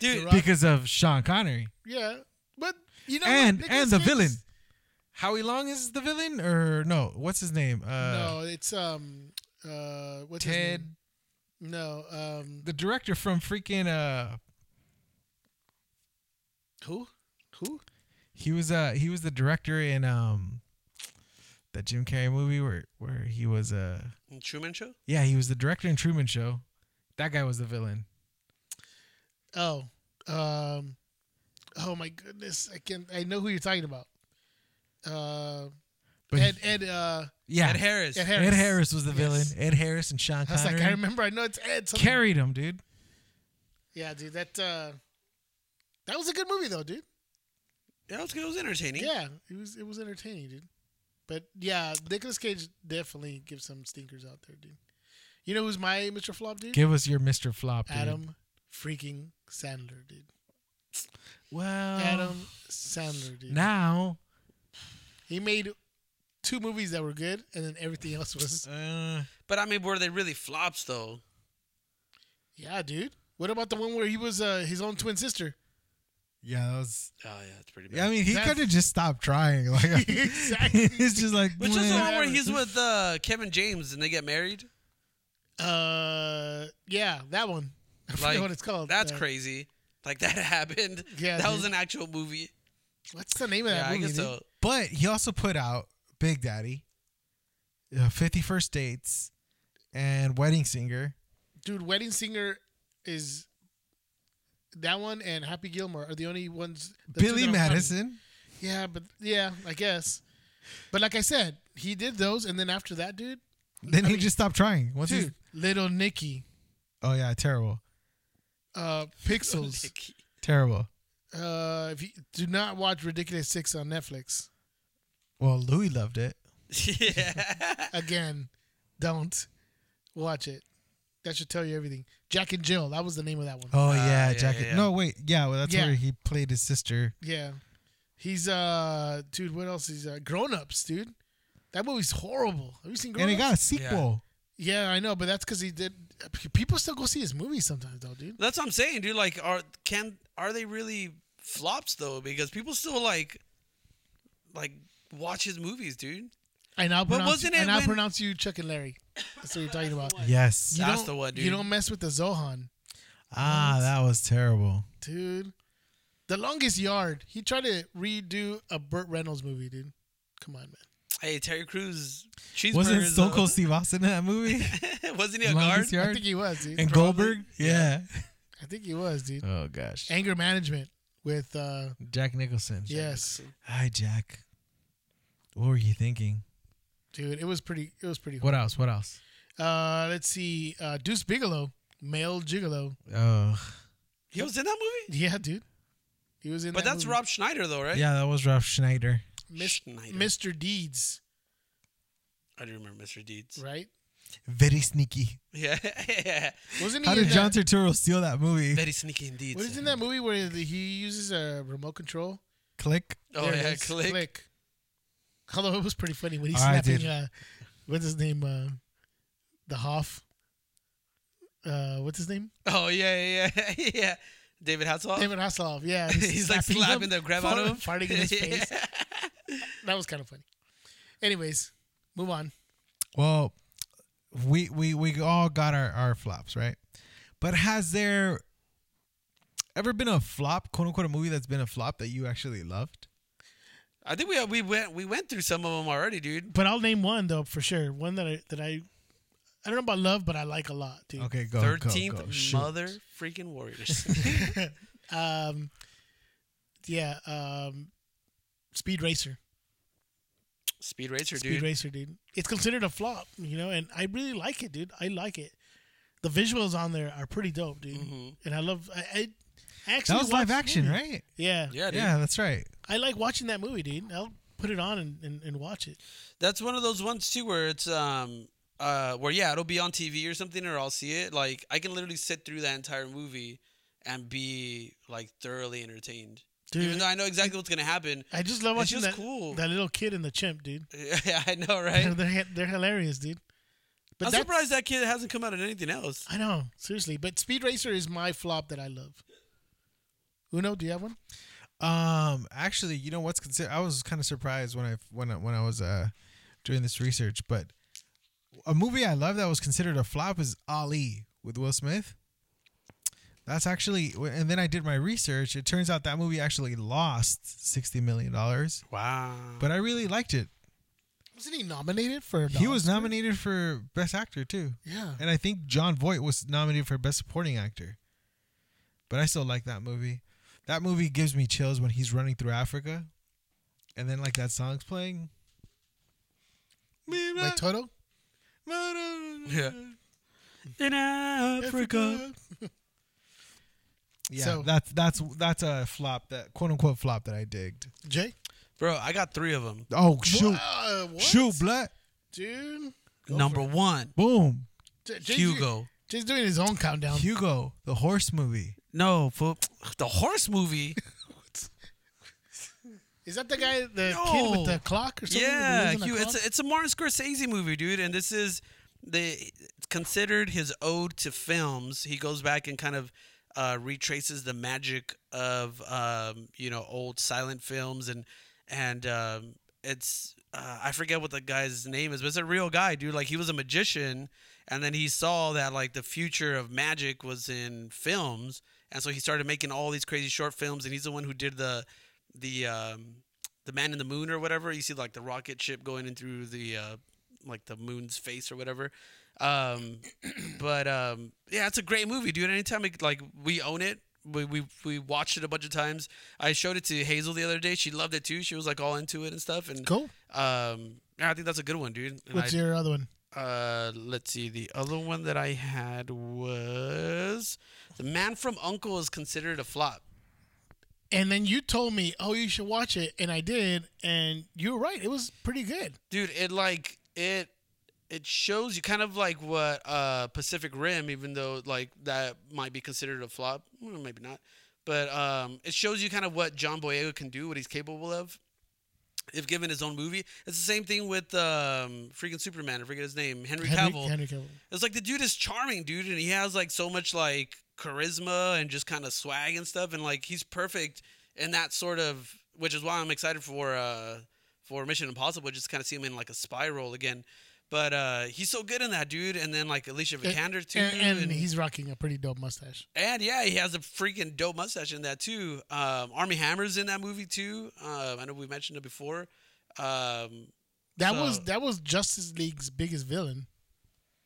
C: Dude,
A: Because of Sean Connery
B: Yeah, but you know, what?
A: and
B: Nicolas
A: and the
B: Cage-
A: villain. Howie Long is the villain, or no? What's his name? Uh,
B: No, it's um, uh, what's his
A: Ted.
B: name? No, um,
A: The director from freaking uh,
B: who? Who?
A: He was uh he was the director in um that Jim Carrey movie where where he was uh
C: Truman Show.
A: yeah he was the director in Truman Show. That guy was the villain.
B: Oh, um, oh my goodness, I can I know who you're talking about. Uh,
A: But
B: Ed Ed uh,
A: yeah,
C: Ed Harris.
B: Ed
A: Ed
B: Harris.
A: Harris was the
B: Yes.
A: villain. Ed Harris and Sean
B: I was
A: Connery
B: like, I remember, I know it's Ed. Something.
A: carried him, dude.
B: Yeah, dude, that uh, that was a good movie though, dude.
C: Yeah, it was good. It was entertaining.
B: Yeah, it was it was entertaining, dude. But yeah, Nicolas Cage definitely gives some stinkers out there, dude. You know who's my Mr. Flop, dude?
A: Give us your Mr. Flop, dude.
B: Adam freaking Sandler, dude.
A: Well,
B: Adam Sandler, dude.
A: Now,
B: he made two movies that were good, and then everything else was
A: uh,
C: But I mean, were they really flops though?
B: yeah, dude. What about the one where he was uh, his own twin sister?
A: yeah, that was.
C: Oh yeah, it's pretty bad.
A: Yeah, I mean, he
B: That's-
A: could have just stopped trying. Like,
B: Exactly.
A: it's just like,
C: Which was the
A: meh.
C: one where he's with uh, Kevin James and they get married?
B: Uh, yeah, that one. I forget
C: Like,
B: what it's called.
C: That's
B: Uh,
C: crazy. Like that happened.
B: Yeah,
C: that
B: dude.
C: was an actual movie.
B: What's the name of
C: Yeah,
B: that
C: I
B: movie?
C: guess
B: dude?
C: so.
A: But he also put out Big Daddy, uh, 51st Dates, and Wedding Singer.
B: dude, Wedding Singer is that one and Happy Gilmore are the only ones. the two
A: Billy
B: that are funny.
A: Madison.
B: Yeah, but yeah, I guess. But like I said, he did those, and then after that, dude,
A: Then
B: I
A: he
B: mean,
A: just stopped trying. Once he's,
B: dude, Little Nicky,
A: oh yeah, terrible,
B: uh, Pixels.
C: Like,
A: terrible.
B: Uh, if you do not watch Ridiculous Six on Netflix
A: Well, Louis loved it.
C: yeah.
B: again, don't watch it. That should tell you everything. Jack and Jill, that was the name of that one.
A: Oh yeah,
C: yeah,
A: Jacket.
C: yeah, yeah.
A: No wait, yeah, well that's
B: Yeah.
A: where he played his sister.
B: Yeah, he's uh, dude. What else is uh, Grown Ups, dude? That movie's horrible. Have you seen Grown
A: and
B: Ups?
A: it got a sequel.
B: Yeah, I know, but that's because he did. People still go see his movies sometimes, though, dude.
C: That's what I'm saying, dude. Like, are can are they really flops though? Because people still like, like watch his movies, dude.
B: I now
C: But
B: pronounce
C: wasn't
B: you, I
C: it
B: now
C: when-
B: pronounce you Chuck and Larry. That's what you're talking about.
A: Yes.
B: You
C: That's
B: don't-
C: the one, dude.
B: You don't mess with the Zohan,
A: Ah, that was terrible.
B: dude. The longest yard. He tried to redo a Burt Reynolds movie, dude. Come on, man.
C: Hey, Terry Crews, cheeseburgers.
A: Wasn't Stone
C: though.
A: Cold Steve Austin in that movie?
C: Wasn't he a guard?
A: Longest
B: I
A: yard?
B: think he was, dude.
A: And Goldberg? Yeah.
B: I think he was, dude.
A: Oh gosh.
B: Anger management. with uh
A: Jack Nicholson.
B: yes,
A: Hi, Jack. What were you thinking?
B: dude, it was pretty. It was pretty. Cool.
A: What else? What else?
B: Uh, let's see, uh, Deuce Bigelow, male gigolo.
A: Oh,
C: He was in that movie?
B: Yeah, dude, he was in.
C: But
B: that
C: that's
B: movie.
C: Rob Schneider, though, right?
A: yeah, that was Ralph Schneider.
B: Mis-
C: Schneider.
B: Mr. Deeds,
C: I do remember Mr. Deeds.
B: right?
A: Very sneaky.
C: Yeah.
B: Wasn't he?
A: How
B: in
A: did John
B: that,
A: Turturro steal that movie?
C: Very sneaky indeed.
B: What is
C: sir.
B: in that movie where the, he uses a remote control?
A: Click.
C: Oh,
B: There it
C: yeah,
B: is,
C: click.
B: Although it was pretty funny when he's
A: All right,
B: snapping.
A: dude.
B: Uh, what's his name? Uh, the Hoff. Uh, what's his name?
C: Oh, yeah, yeah, yeah. yeah. David Hasselhoff?
B: David Hasselhoff. Yeah,
C: He's like
B: him,
C: slapping the grab out of him.
B: farting in his face.
C: Yeah.
B: That was kind of funny. Anyways, move on.
A: Well, we we we all got our our flops, right? But has there ever been a flop, quote unquote, a movie that's been a flop that you actually loved?
C: I think we we went we went through some of them already, dude.
B: But I'll name one though for sure. One that I that I I don't know about love, but I like a lot, dude.
A: Okay, go. go,
C: Thirteenth
A: go, shoot.
C: mother freaking warriors.
B: Um, yeah. Um, Speed Racer.
C: Speed racer,
B: Speed
C: dude.
B: Racer, dude. It's considered a flop, you know, and I really like it, dude. I like it. The visuals on there are pretty dope, dude.
C: Mhm.
B: And I love. I, I I actually
A: That was live
B: watched the
A: action,
B: movie.
A: right?
B: Yeah.
C: Yeah, dude.
A: Yeah, that's right.
B: I like watching that movie, dude. I'll put it on and, and, and watch it.
C: That's one of those ones too where it's um uh where yeah, it'll be on TV or something or I'll see it. Like I can literally sit through that entire movie and be like thoroughly entertained.
B: Dude,
C: Even though I know exactly what's gonna happen.
B: I just love
C: It's
B: watching
C: just
B: that,
C: cool.
B: that little kid and the chimp, dude.
C: Yeah, I know,
B: They're,
C: right?
B: they're, they're hilarious, dude. But
C: I'm
B: that's-
C: surprised that kid hasn't come out in anything else.
B: I know, seriously. But Speed Racer is my flop that I love. Uno, do you have one?
A: Um, actually, you know what's considered? I was kind of surprised when I when I, when I was uh doing this research, but a movie I love that was considered a flop is Ali with Will Smith. That's actually, and then I did my research. It turns out that movie actually lost sixty million dollars,
C: Wow.
A: but I really liked it.
B: Wasn't he nominated for? an
A: He was
B: Oscar?
A: nominated for Best Actor too,
B: Yeah.
A: and I think John Voight was nominated for Best Supporting Actor. But I still like that movie. That movie gives me chills when he's running through Africa, and then like that song's playing.
B: By Toto.
A: Yeah,
C: In Africa.
B: So-
A: that's that's that's a flop that quote unquote flop that I digged.
B: Jay.
C: Bro, I got three of them.
A: Oh shoot,
B: Wha- uh, what?
A: shoot, blood,
B: dude.
C: Number one,
A: boom,
B: J- Jay's-
C: Hugo.
B: Jay's doing his own countdown.
A: Um, Hugo, the horse movie.
C: No, for the horse movie.
B: Is that the guy, the kid with
C: No.
B: the clock or something? The
C: yeah,
B: losing the
C: Hugh, it's
B: clock?
C: a, it's a Martin Scorsese movie, dude, and this is the it's considered his ode to films. He goes back and kind of uh, retraces the magic of um, you know old silent films and and um, it's uh, I forget what the guy's name is, but it's a real guy, dude. Like he was a magician, and then he saw that like the future of magic was in films, and so he started making all these crazy short films. And he's the one who did the the um, the man in the moon or whatever. You see like the rocket ship going in through the uh, like the moon's face or whatever. Um, but um, yeah, it's a great movie, dude. Anytime it, like we own it, we, we we watched it a bunch of times. I showed it to Hazel the other day. She loved it too. She was like all into it and stuff. And
B: cool.
C: um, yeah, I think that's a good one, dude. And
B: What's
C: I,
B: your other one?
C: uh, let's see. The other one that I had was The Man from Uncle is considered a flop.
B: And then you told me, oh, you should watch it, and I did, and you were right. It was pretty good.
C: dude it like it it shows you kind of like what uh pacific rim even though like that might be considered a flop well, maybe not but um it shows you kind of what john boyega can do what he's capable of if given his own movie it's the same thing with um freaking superman i forget his name henry, cavill
B: Henry Cavill.
C: it's like the dude is charming, dude, and he has like so much like charisma and just kind of swag and stuff, and like he's perfect in that sort of, which is why I'm excited for uh for Mission Impossible, just kind of see him in like a spiral again. But uh he's so good in that, dude, and then like Alicia Vikander too,
B: And, and he's rocking a pretty dope mustache.
C: and yeah, he has a freaking dope mustache in that too. Um, Army Hammer's in that movie too. Um, I know we mentioned it before. Um,
B: That
C: So-
B: was that was Justice League's biggest villain,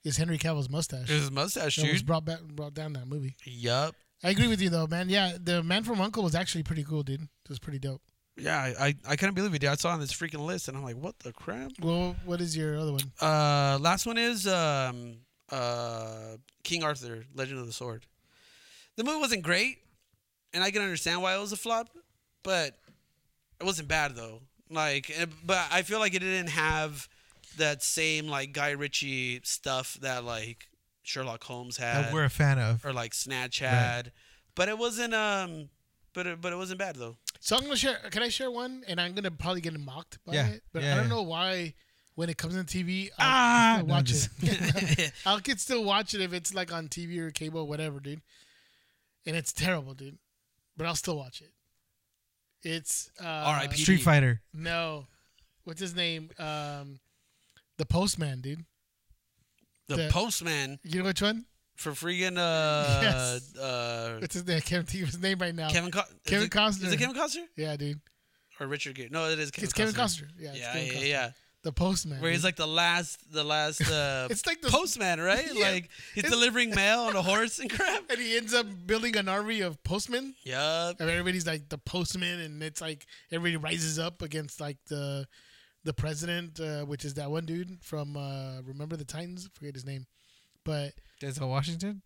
B: is Henry Cavill's mustache.
C: his mustache,
B: That was
C: dude.
B: brought back brought down that movie.
C: Yup.
B: I agree with you though, man. Yeah, the Man from Uncle was actually pretty cool, dude. It was pretty dope.
C: Yeah, I, I, I couldn't believe it. Dude. I saw it on this freaking list, and I'm like, what the crap?
B: Well, what is your other one?
C: Uh, last one is um, uh, King Arthur, Legend of the Sword. The movie wasn't great, and I can understand why it was a flop, but it wasn't bad though. Like, eh, but I feel like it didn't have that same like Guy Ritchie stuff that like Sherlock Holmes had
A: that we're a fan of.
C: Uh, or like Snatch had. But it wasn't um, but it, but it wasn't bad though.
B: So I'm gonna share. Can I share one? And I'm gonna probably get mocked by
A: Yeah.
B: it, but
A: Yeah,
B: I don't
A: yeah.
B: know why. When it comes on TV, I'll
A: Ah!
B: still
A: No, I'm
B: watch
A: just-
B: it. I could still watch it if it's like on TV or cable, whatever, dude. And it's terrible, dude. But I'll still watch it. It's uh,
C: R.I.P..
A: Street Fighter.
B: No, what's his name? Um, the Postman, dude.
C: The
B: The-
C: Postman
B: You know which one?
C: for freaking uh
B: Yes.
C: uh
B: What's his name? I can't think of his name right now.
C: Kevin Co-
B: Kevin
C: is it,
B: Costner.
C: Is it Kevin Costner
B: Yeah, dude.
C: or Richard Gere? No, it is Kevin.
B: it's Kevin Costner. Yeah, it's
C: Yeah,
B: Kevin
C: yeah,
B: Costner.
C: yeah.
B: The Postman.
C: Where he's
B: dude.
C: like the last, the last. Uh,
B: It's like the-
C: postman, right?
B: Yeah.
C: Like he's
B: It's-
C: delivering mail on a horse and crap.
B: and he ends up building an army of postmen.
C: Yup.
B: And everybody's like the postman, and it's like everybody rises up against like the the president, uh, which is that one dude from uh, Remember the Titans. forget his name, but
A: Denzel Washington.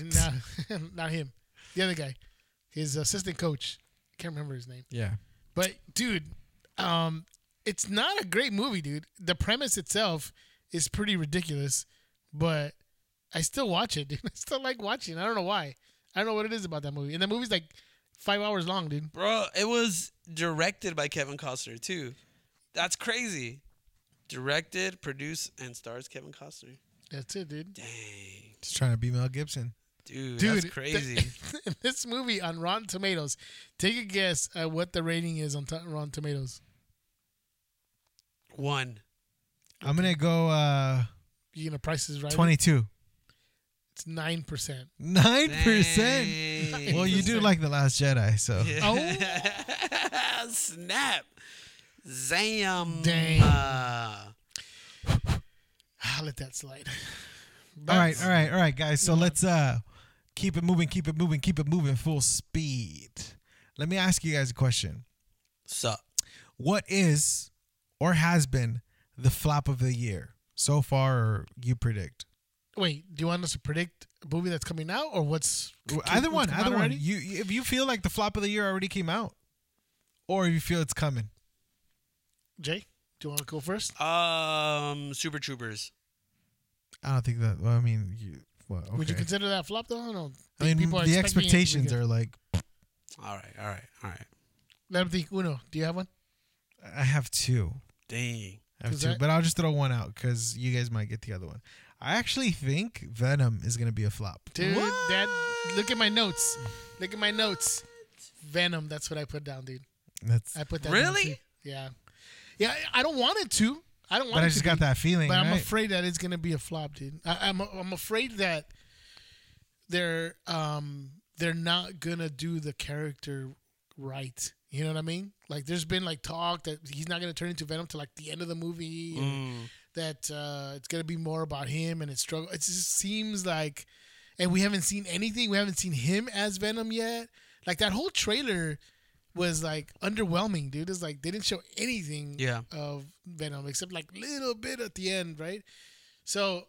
B: not not him. The other guy, his assistant coach. Can't remember his name.
A: Yeah.
B: But dude, um, it's not a great movie, dude. The premise itself is pretty ridiculous, but I still watch it, dude. I still like watching. it. I don't know why. I don't know what it is about that movie. And the movie's like five hours long, dude.
C: Bro, it was directed by Kevin Costner too. That's crazy. Directed, produced, and stars Kevin Costner.
B: That's it, dude.
C: Dang,
A: Just trying to be Mel Gibson.
C: dude,
B: Dude,
C: that's crazy.
B: th- this movie on Rotten Tomatoes. Take a guess at what the rating is on t- Rotten Tomatoes.
C: One.
A: I'm gonna go uh,
B: You know, Price is Right.
A: twenty-two.
B: It's nine percent.
A: Nine percent.
C: Dang.
A: Well, you do like the Last Jedi, so
C: Oh. Snap. Zam.
B: Dang.
C: Uh,
B: I'll let that slide.
A: all right, all right, all right, guys. So let's uh keep it moving, keep it moving, keep it moving full speed. Let me ask you guys a question.
C: sup.
A: What is or has been the flop of the year so far or you predict?
B: Wait, do you want us to predict a movie that's coming out or what's
A: Either one,
B: what's come out
A: either one.
B: already?
A: You if you feel like the flop of the year already came out or if you feel it's coming.
B: Jay, do you want to go first?
C: Um, Super Troopers.
A: I don't think that well, I mean, you well, okay.
B: Would you consider that flop though? I don't
A: I mean, the expectations are like
C: All right, all right, all right.
B: Let him think. Uno, do you have one?
A: I have two.
C: Dang.
A: I have
B: Is
A: two,
B: that-
A: but I'll just throw one out because you guys might get the other one. I actually think Venom is gonna be a flop.
B: Dude, that look at my notes. Look at my notes. Venom. That's what I put down, dude.
A: That's,
B: I put that.
C: Really?
B: Down too. Yeah. Yeah. I- I don't want it to. I don't want.
A: but I
B: it
A: just
B: to
A: got
B: be,
A: that feeling.
B: But I'm
A: right?
B: afraid that it's gonna be a flop, dude. I, I'm I'm afraid that they're um they're not gonna do the character right. You know what I mean? Like, there's been like talk that he's not gonna turn into Venom till like the end of the movie. and-
C: Mm.
B: that uh, it's gonna be more about him and his struggle. It just seems like, and we haven't seen anything. We haven't seen him as Venom yet. Like that whole trailer was like underwhelming, dude. It's like they didn't show anything
C: Yeah.
B: of Venom except like little bit at the end, right? So,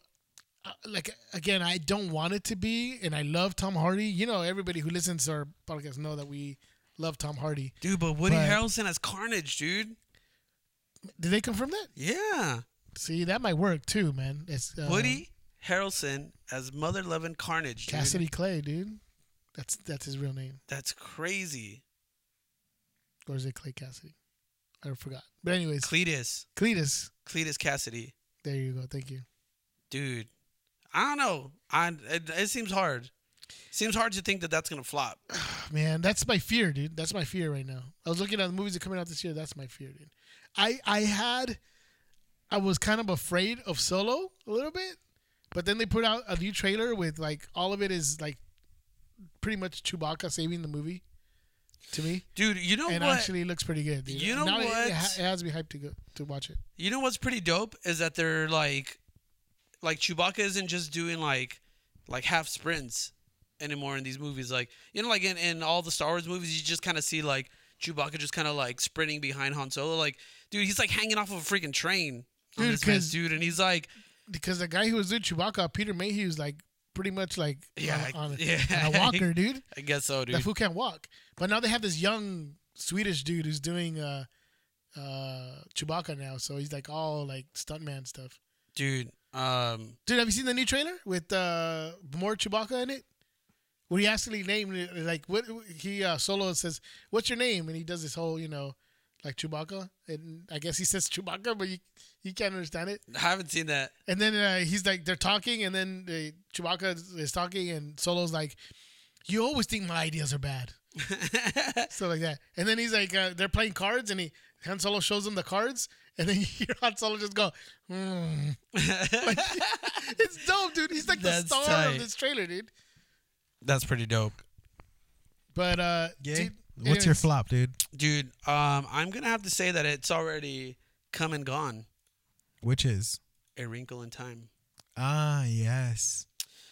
B: uh, like again, I don't want it to be, and I love Tom Hardy. You know, everybody who listens to our podcast know that we love Tom Hardy.
C: Dude, but Woody
B: But-
C: Harrelson as Carnage, dude.
B: Did they confirm that?
C: Yeah.
B: See, that might work too, man. It's uh,
C: Woody Harrelson as mother loving Carnage, dude.
B: Cassidy Clay, dude. That's that's his real name,
C: That's crazy.
B: or is it Clay Cassidy? I forgot. But anyways,
C: Cletus.
B: Cletus.
C: Cletus Cassidy.
B: There you go. Thank you.
C: Dude. I don't know. I it, it seems hard. Seems hard to think that that's going to flop.
B: Ah, Man, that's my fear, dude. That's my fear right now. I was looking at the movies that are coming out this year. That's my fear, dude. I I had, I was kind of afraid of Solo a little bit, but then they put out a new trailer with like all of it is like, pretty much Chewbacca saving the movie, to me,
C: Dude, you know
B: and
C: what?
B: actually it looks pretty good. Dude.
C: You know
B: Now it-
C: what?
B: It, ha- it has me hyped to go to watch it.
C: You know what's pretty dope is that they're like, like Chewbacca isn't just doing like, like half sprints. anymore in these movies. Like you know, like in, in all the Star Wars movies, you just kind of see like Chewbacca just kind of like sprinting behind Han Solo. Like, dude, he's like hanging off of a freaking train. on
B: Dude,
C: this man's
B: 'cause-
C: dude, and he's like,
B: because the guy who was in Chewbacca, Peter Mayhew's like pretty much like
C: Yeah,
B: on, on,
C: yeah.
B: on a walker, dude.
C: I guess so,
B: That
C: dude.
B: fool can't walk. But now they have this young Swedish dude who's doing uh uh Chewbacca now, so he's like all like stuntman stuff.
C: Dude, um,
B: Dude, have you seen the new trailer with uh more Chewbacca in it? Where he actually named it like what he uh solo says, What's your name? And he does this whole, you know, like Chewbacca. And I guess he says Chewbacca, but you you can't understand it.
C: I haven't seen that.
B: And then uh, he's like, they're talking, and then uh, Chewbacca is- is talking, and Solo's like, "You always think my ideas are bad," so like that. And then he's like, uh, they're playing cards, and he Han Solo shows him the cards, and then you hear Han Solo just go, "Hmm." Like, "It's dope, dude." He's like
C: That's
B: the star
C: tight.
B: of this trailer, dude.
C: That's pretty dope,
B: But uh,
A: Yeah.
B: dude,
A: What's your
B: anyways,
A: flop, dude?
C: dude. Um, I'm gonna have to say that it's already come and gone.
A: Which is
C: A Wrinkle in Time.
A: ah yes.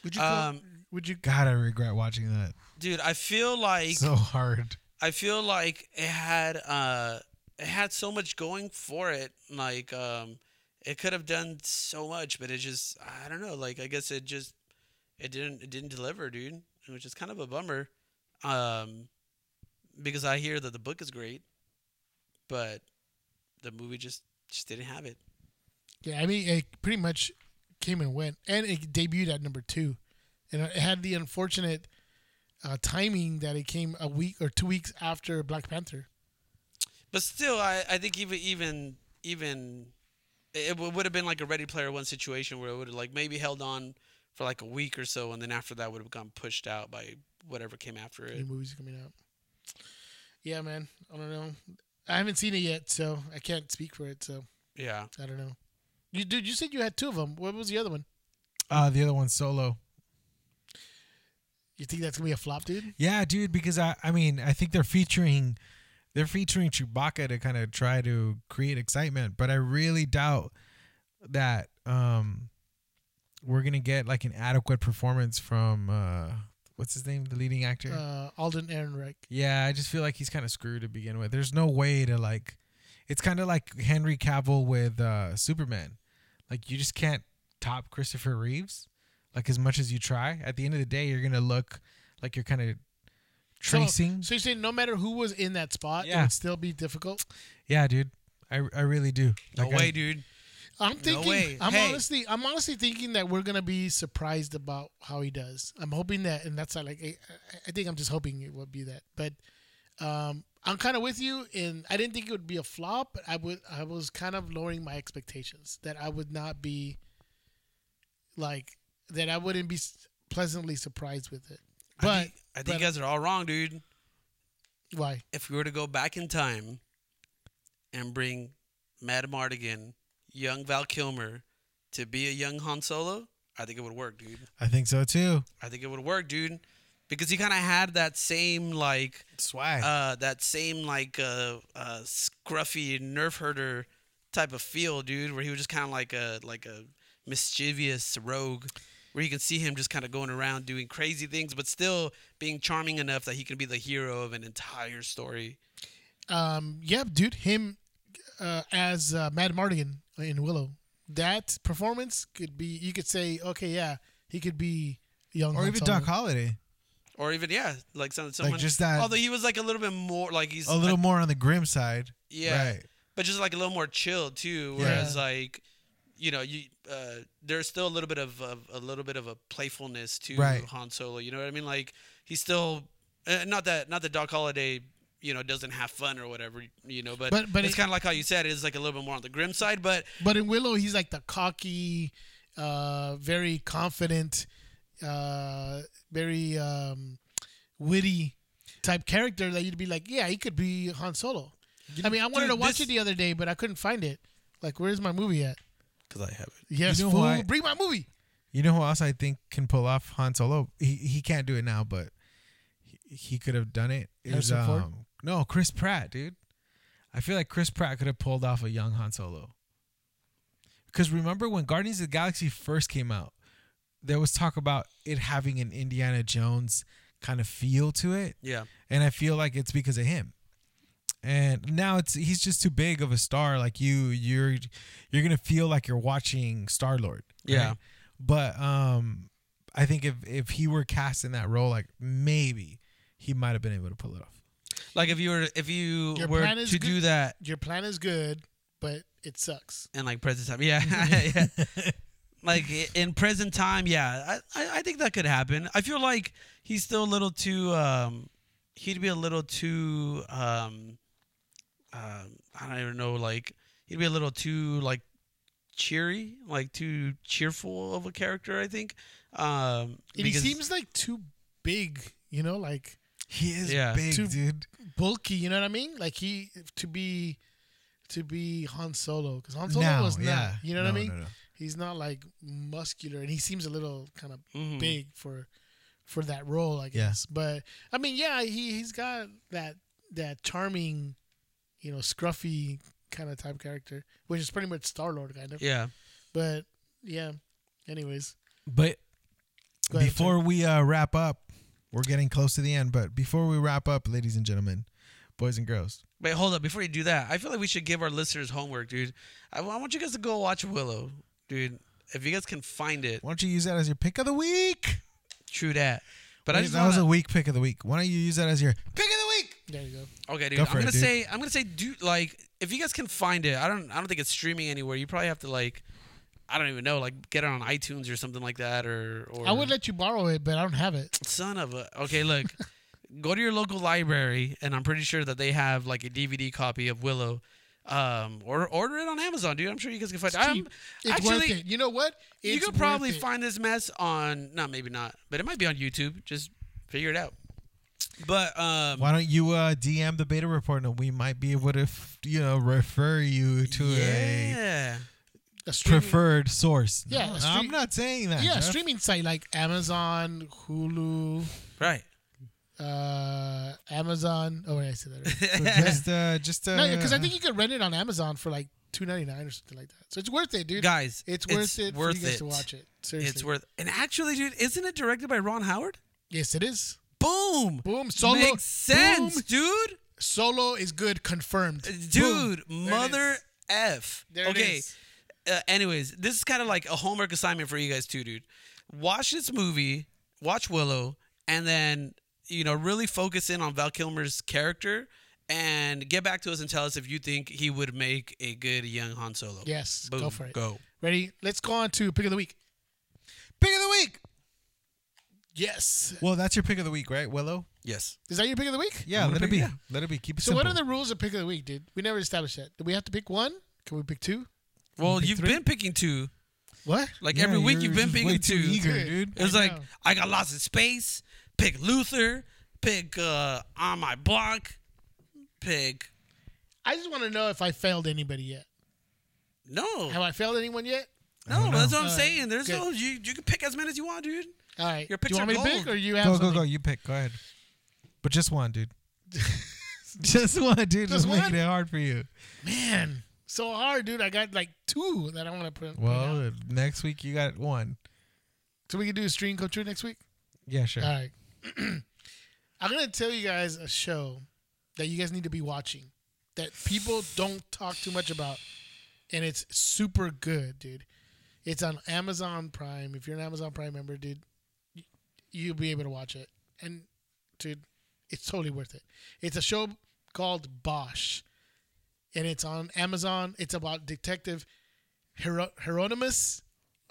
B: Would you call,
C: Um,
B: would you
A: God, I regret watching that
C: dude, I feel like
A: so hard.
C: I feel like it had uh it had so much going for it. Like um it could have done so much, but it just I don't know, like I guess it just it didn't it didn't deliver, dude. Which is kind of a bummer. Um because I hear that the book is great, but the movie just just didn't have it.
B: Yeah, I mean, it pretty much came and went, and it debuted at number two, and it had the unfortunate uh, timing that it came a week or two weeks after Black Panther.
C: But still, I, I think even even even it w- would have been like a Ready Player One situation where it would have like maybe held on for like a week or so, and then after that would have gotten pushed out by whatever came after
B: New
C: it.
B: movies coming out. Yeah, man, I don't know. I haven't seen it yet, so I can't speak for it. So
C: Yeah,
B: I don't know. You dude, you said you had two of them. What was the other one?
A: Uh, the other one, Solo.
B: You think that's gonna be a flop, dude?
A: Yeah, dude. Because I, I mean, I think they're featuring, they're featuring Chewbacca to kind of try to create excitement, but I really doubt that um, we're gonna get like an adequate performance from uh, what's his name, the leading actor.
B: Uh, Alden Ehrenreich.
A: Yeah, I just feel like he's kind of screwed to begin with. There's no way to like. It's kind of like Henry Cavill with uh, Superman. Like you just can't top Christopher Reeves. Like as much as you try, at the end of the day, you're gonna look like you're kind of tracing.
B: So you're saying no matter who was in that spot, it
A: Yeah.
B: would still be difficult.
A: yeah, dude, I, I really do.
C: no
A: Like,
C: way,
A: I,
C: dude.
B: I'm thinking.
C: way.
B: I'm
C: Hey.
B: honestly. I'm honestly thinking that we're gonna be surprised about how he does. I'm hoping that, and that's not like. I, I think I'm just hoping it will be that. But um, I'm kind of with you, and I didn't think it would be a flop. But I would. I was kind of lowering my expectations that I would not be like that. I wouldn't be s- pleasantly surprised with it. But
C: I think, I think
B: but-
C: you guys are all wrong, dude.
B: why?
C: If we were to go back in time and bring Madam Mardigan, young Val Kilmer, to be a young Han Solo, I think it would work, dude.
A: I think so too.
C: I think it would work, dude, because he kind of had that same like
A: Swag.
C: uh, that same like uh, uh, scruffy nerf herder type of feel, dude, where he was just kind of like a like a mischievous rogue, where you can see him just kind of going around doing crazy things, but still being charming enough that he can be the hero of an entire story.
B: Um, yeah, dude, him uh, as uh, Matt Mardigan in Willow. That performance could be. You could say, okay, yeah, he could be young,
A: or
B: Han
A: even
B: Solo.
A: Doc Holiday.
C: Or even yeah, like some, someone.
A: just that-
C: Although he was like a little bit more like he's
A: A little more on the grim side.
C: Yeah.
A: Right.
C: But just like a little more chill too. Whereas like, you know, you uh, there's still a little bit of, of a little bit of a playfulness to
A: Right.
C: Han Solo. You know what I mean? Like he's still uh, not that not that Doc Holiday you know doesn't have fun or whatever you know, but
B: But- but
C: it's
B: it-
C: kind of like how you said it is like a little bit more on the grim side. But
B: But in Willow, he's like the cocky, uh, very confident, uh, very um, witty type character that you'd be like, yeah, he could be Han Solo. I mean, I wanted
C: dude,
B: to watch
C: this-
B: it the other day, but I couldn't find it. Like, where's my movie at?
C: because I have it.
B: Yes,
A: know
B: fool,
A: why-
B: bring my movie.
A: You know who else I think can pull off Han Solo? He he can't do it now, but he, he could have done it. It was,
B: Harrison Ford?
A: um, no, Chris Pratt, dude. I feel like Chris Pratt could have pulled off a young Han Solo. Because remember when Guardians of the Galaxy first came out, there was talk about it having an Indiana Jones kind of feel to it,
C: Yeah.
A: and I feel like it's because of him. And now it's he's just too big of a star. Like you, you're you're gonna feel like you're watching Star Lord.
C: Yeah.
A: But um, I think if if he were cast in that role, like maybe he might have been able to pull it off.
C: Like if you were if you
B: Your
C: were
B: plan
C: to
B: is
C: do
B: good.
C: that
B: Your plan is good, but it sucks.
C: in like present time, yeah, yeah. like i- in present time, yeah, I, I I think that could happen. I feel like he's still a little too um, he'd be a little too um, um, I don't even know, like he'd be a little too like cheery, like too cheerful of a character. I think. Um,
B: And he seems like too big, you know, like
A: He is
C: Yeah.
A: big,
B: Too-
A: dude.
B: bulky. You know what I mean? Like he to be to be Han Solo because Han Solo
A: Now,
B: was not.
A: yeah.
B: You know what
A: No,
B: I mean?
A: no, no.
B: He's not like muscular, and he seems a little kind of
A: Hmm.
C: Mhm.
B: big for for that role, I guess. But I mean, yeah, he he's got that that charming, you know, scruffy kind of type character, which is pretty much Star Lord kind of.
C: Yeah.
B: But yeah. Anyways,
A: But
B: Go ahead,
A: before we uh, wrap up, we're getting close to the end. But before we wrap up, ladies and gentlemen, boys and girls,
C: Wait, hold up. Before you do that, I feel like we should give our listeners homework, dude. I, I want you guys to go watch Willow, dude. If you guys can find it,
A: why don't you use that as your pick of the week?
C: true that. But I
A: Wait,
C: just
A: that was a
C: wanna-
A: week pick of the week. Why don't you use that as your pick of the week?
B: there you go.
C: okay, dude.
A: Go
C: I'm
A: for
C: gonna
A: it, dude.
C: say I'm gonna say, dude. Like, if you guys can find it, I don't. I don't think it's streaming anywhere. You probably have to like, I don't even know, like get it on iTunes or something like that, or or
B: I would let you borrow it, but I don't have it.
C: Son of a. Okay, look. go to your local library, and I'm pretty sure that they have like a DVD copy of Willow. Um, or order it on Amazon, dude. I'm sure you guys can find. it.
B: It's
C: I'm-
B: cheap. It's worth
C: actually-
B: it. You know what? It's
C: you could
B: worth
C: probably
B: it.
C: find this mess on not maybe not, but it might be on YouTube. Just figure it out. But um,
A: Why don't you uh, DM the beta report and we might be able to, f- you know, refer you to a
C: yeah,
B: a streaming,
A: preferred source.
B: Yeah,
A: No,
B: a stream-
A: I'm not saying that.
B: yeah,
A: Jeff.
B: streaming site like Amazon, Hulu,
C: right.
B: uh, Amazon. Oh, wait, I said that. Right.
A: So just, uh, just uh,
B: No, because I think you could rent it on Amazon for like two ninety nine or something like that. So it's worth it, dude.
C: Guys,
B: it's worth it for
C: worth
B: you guys
C: it.
B: to watch it. Seriously,
C: It's worth. And actually, dude, isn't it directed by Ron Howard?
B: Yes, it is.
C: Boom.
B: Boom, solo.
C: Makes sense,
B: Boom.
C: dude.
B: Solo is good, confirmed. Boom.
C: Dude,
B: it
C: mother
B: is.
C: f.
B: There it
C: okay.
B: is.
C: Uh, anyways, this is kind of like a homework assignment for you guys too, dude. Watch this movie, watch Willow, and then you know really focus in on Val Kilmer's character, and get back to us and tell us if you think he would make a good young Han Solo.
B: Yes,
C: Boom,
B: go for it.
C: Go.
B: Ready? Let's go on to pick of the week.
A: pick of the week.
B: Yes.
A: Well, that's your pick of the week, right, Willow?
C: Yes.
B: Is that your pick of the week?
A: Yeah,
C: I'm gonna
A: let it
C: pick-
A: be.
C: yeah.
A: Let it be. Keep it
B: So
A: simple.
B: what are the rules of pick of the week, dude? We never established that. Do we have to pick one? Can we pick two?
C: Well,
A: pick
C: you've
A: three?
C: been picking two.
B: What?
C: Like
A: Yeah,
C: every week, you've
A: you're
C: been
A: just
C: picking
A: way
C: two.
A: too eager, dude.
C: It was
B: I
C: like
B: know.
C: I got lost in space. Pick Luther. Pick uh, on my block. Pick
B: I just want to know if I failed anybody yet.
C: no.
B: Have I failed anyone yet?
C: No, but that's what I'm
B: Alright,
C: saying. There's
B: Uh, good.
C: no you. You can pick as many as you want, dude.
B: All right.
C: Your
B: Do you
C: picks
B: want
C: are
B: me to pick
C: gold.
B: or you have
A: Go, go,
B: something?
A: go. You pick. Go ahead. But just one, dude. just one, dude. Just,
B: Just
A: making
B: one?
A: it hard for you.
B: Man, so hard, dude. I got like two that I want to put.
A: Well,
B: Well,
A: next week you got one.
B: so we can do a stream come true next week.
A: Yeah, sure.
B: All right. I'm gonna tell you guys a show that you guys need to be watching that people don't talk too much about, and it's super good, dude. It's on Amazon Prime. If you're an Amazon Prime member, dude, y- you'll be able to watch it. And dude, it's totally worth it. It's a show called Bosch, and it's on Amazon. It's about Detective Hero- Hieronymus,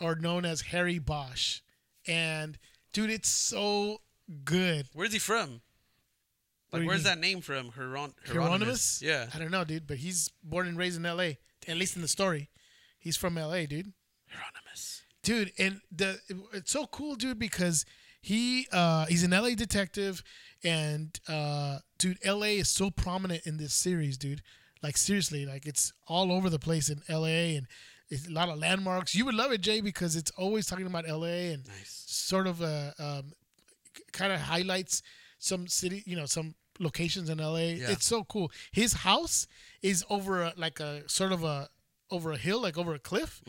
B: or known as Harry Bosch, and dude, it's so good.
C: Where's he from?
B: What do
C: Like,
B: you
C: where's
B: mean?
C: that name from? Hieron-
B: Hieronymus?
C: Hieronymus. Yeah.
B: I don't know, dude, but he's born and raised in L.A. At least in the story, he's from L.A., dude.
C: Hieronymus.
B: Dude, and the it's so cool, dude, because he uh, he's an L.A. detective, and uh, dude, L.A. is so prominent in this series, dude. Like seriously, like it's all over the place in L.A. and it's a lot of landmarks. You would love it, Jay, because it's always talking about L.A. and
C: Nice.
B: sort of uh, um, kind of highlights some city, you know, some locations in LA.
C: Yeah.
B: It's so cool. His house is over a, like a sort of a
C: Mm-hmm.
B: over a hill, like over a cliff,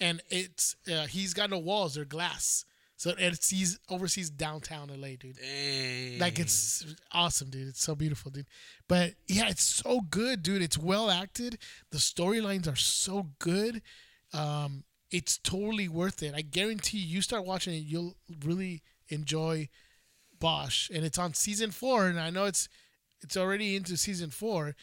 B: and it's uh, he's got no walls; they're glass. So it sees oversees downtown LA, dude.
C: Dang.
B: Like it's awesome, dude. It's so beautiful, dude. But yeah, it's so good, dude. It's well acted. The storylines are so good. Um, it's totally worth it. I guarantee you start watching it, you'll really enjoy Bosch. And it's on season four, and I know it's it's already into season four.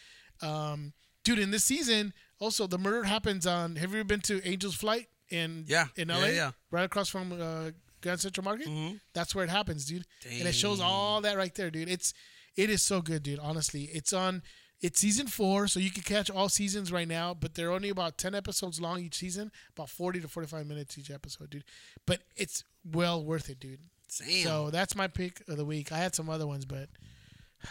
B: Um, dude, in this season, also the murder happens on have you ever been to Angel's Flight in
C: Yeah.
B: in
C: Yeah,
B: LA?
C: yeah.
B: Right across from uh, Grand Central Market?
C: Mhm.
B: That's where it happens, dude. And it shows
C: Dang.
B: all that right there, dude. It's it is so good, dude. Honestly, it's on it's season four, so you can catch all seasons right now. But they're only about ten episodes long each season, about forty to forty-five minutes each episode, dude. But it's well worth it, dude.
C: Damn.
B: So that's my pick of the week. I had some other ones, but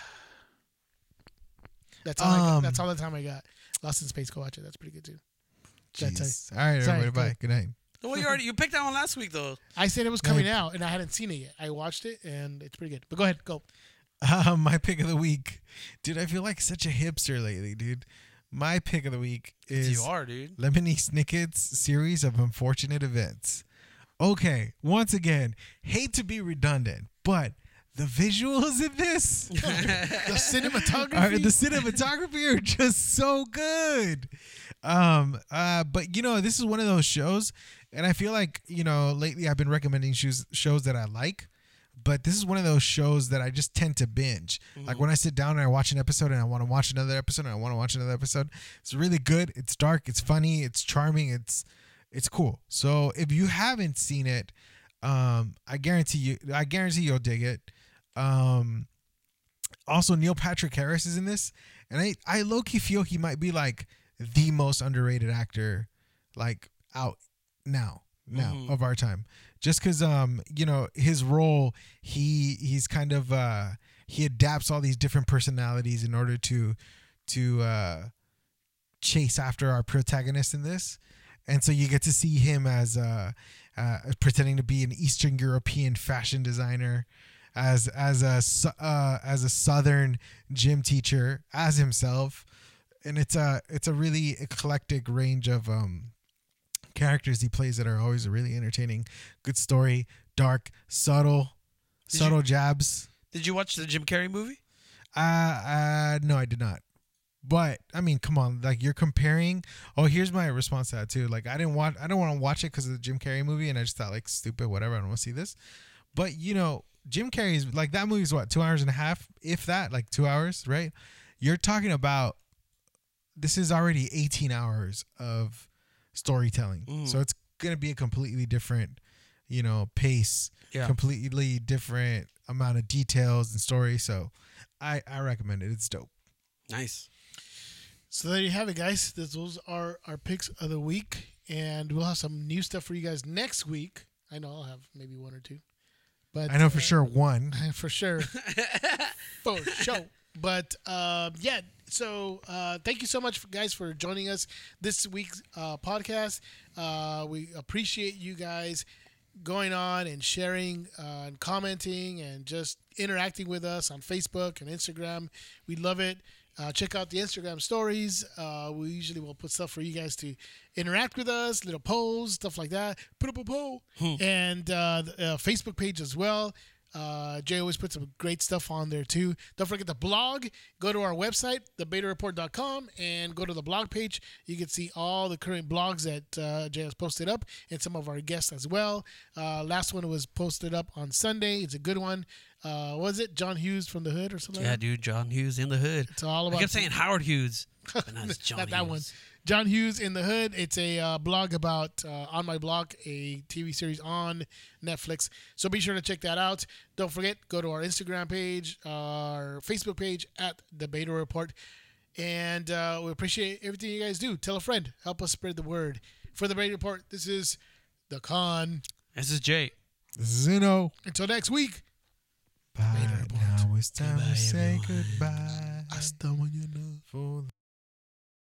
B: that's all. I got.
A: Um,
B: That's all the time I got. Lost in Space, go watch it. That's pretty good too. Gotta tell you.
A: Jeez. All right,
B: Sorry,
A: everybody.
B: go
A: Bye.
B: ahead.
A: Good night.
C: well, you already you picked that one last week though.
B: I said it was coming
A: Right.
B: out, and I hadn't seen it yet. I watched it, and it's pretty good. But go ahead, go.
A: Uh, my pick of the week, dude. I feel like such a hipster lately, dude. My pick of the week is
C: You are, dude.
A: Lemony Snicket's series of unfortunate events. Okay, once again, hate to be redundant, but the visuals in this,
B: The cinematography.
A: are, the cinematography are just so good. Um, uh, but you know, this is one of those shows, and I feel like you know lately I've been recommending shows shows that I like. But this is one of those shows that I just tend to binge. Like when I sit down and I watch an episode and I want to watch another episode and I want to watch another episode. It's really good. It's dark. It's funny. It's charming. It's it's cool. So if you haven't seen it, um, I guarantee you, I guarantee you'll dig it. Um, also, Neil Patrick Harris is in this, and I I low key feel he might be like the most underrated actor, like out now now
C: Mhm.
A: of our time, just because um you know his role he he's kind of uh he adapts all these different personalities in order to to uh chase after our protagonist in this and so you get to see him as uh, uh pretending to be an eastern european fashion designer as as a su- uh, as a southern gym teacher as himself and it's a it's a really eclectic range of um characters he plays that are always really entertaining good story dark subtle
C: Did
A: subtle jabs
C: Did you watch the Jim Carrey movie?
A: uh, uh, no, I did not. But I mean, come on, like you're comparing. Oh, here's my response to that too. Like I didn't watch, I don't want to watch it because of the Jim Carrey movie, and I just thought like stupid, whatever. I don't want to see this. But you know, Jim Carrey's like that movie's what two hours and a half, if that, like two hours, right? You're talking about this is already 18 hours of storytelling,
C: Mm.
A: so it's gonna be a completely different, you know, pace
C: Yeah.
A: completely different amount of details and story. So I, I recommend it. It's dope.
C: Nice.
B: So there you have it, guys. This, those are our picks of the week, and we'll have some new stuff for you guys next week. I know I'll have maybe one or two, but
A: I know for
B: uh,
A: sure one.
B: for sure, for sure. But uh, yeah, so uh, thank you so much, for, guys, for joining us this week's uh, podcast. Uh, we appreciate you guys going on and sharing uh, and commenting and just interacting with us on Facebook and Instagram. We love it. Uh, check out the Instagram stories. Uh, we usually will put stuff for you guys to interact with us, little polls, stuff like that. Put up a poll and uh, the uh, Facebook page as well. Uh, Jay always puts some great stuff on there too. Don't forget the blog. Go to our website, thebetareport.com, and go to the blog page. You can see all the current blogs that uh, Jay has posted up and some of our guests as well. Uh, last one was posted up on Sunday. It's a good one. Uh, was it John Hughes from the Hood or something?
C: Yeah,
B: like that?
C: dude. John Hughes in the hood.
B: It's all
C: I
B: about
C: kept saying Howard Hughes, but no, it's John
B: not that
C: Hughes.
B: one. John Hughes in the Hood. It's a uh, blog about uh, on my blog, a TV series on Netflix. So be sure to check that out. Don't forget, go to our Instagram page, our Facebook page at the Beta Report, and uh, we appreciate everything you guys do. Tell a friend, help us spread the word. For the Beta Report, this is the Con.
C: This is Jay.
A: Zeno.
B: Until next week.
A: Bye.
B: Later, boys.
A: Now it's time
C: Goodbye,
A: to say
C: everyone.
A: goodbye.
B: Hasta mañana.
A: For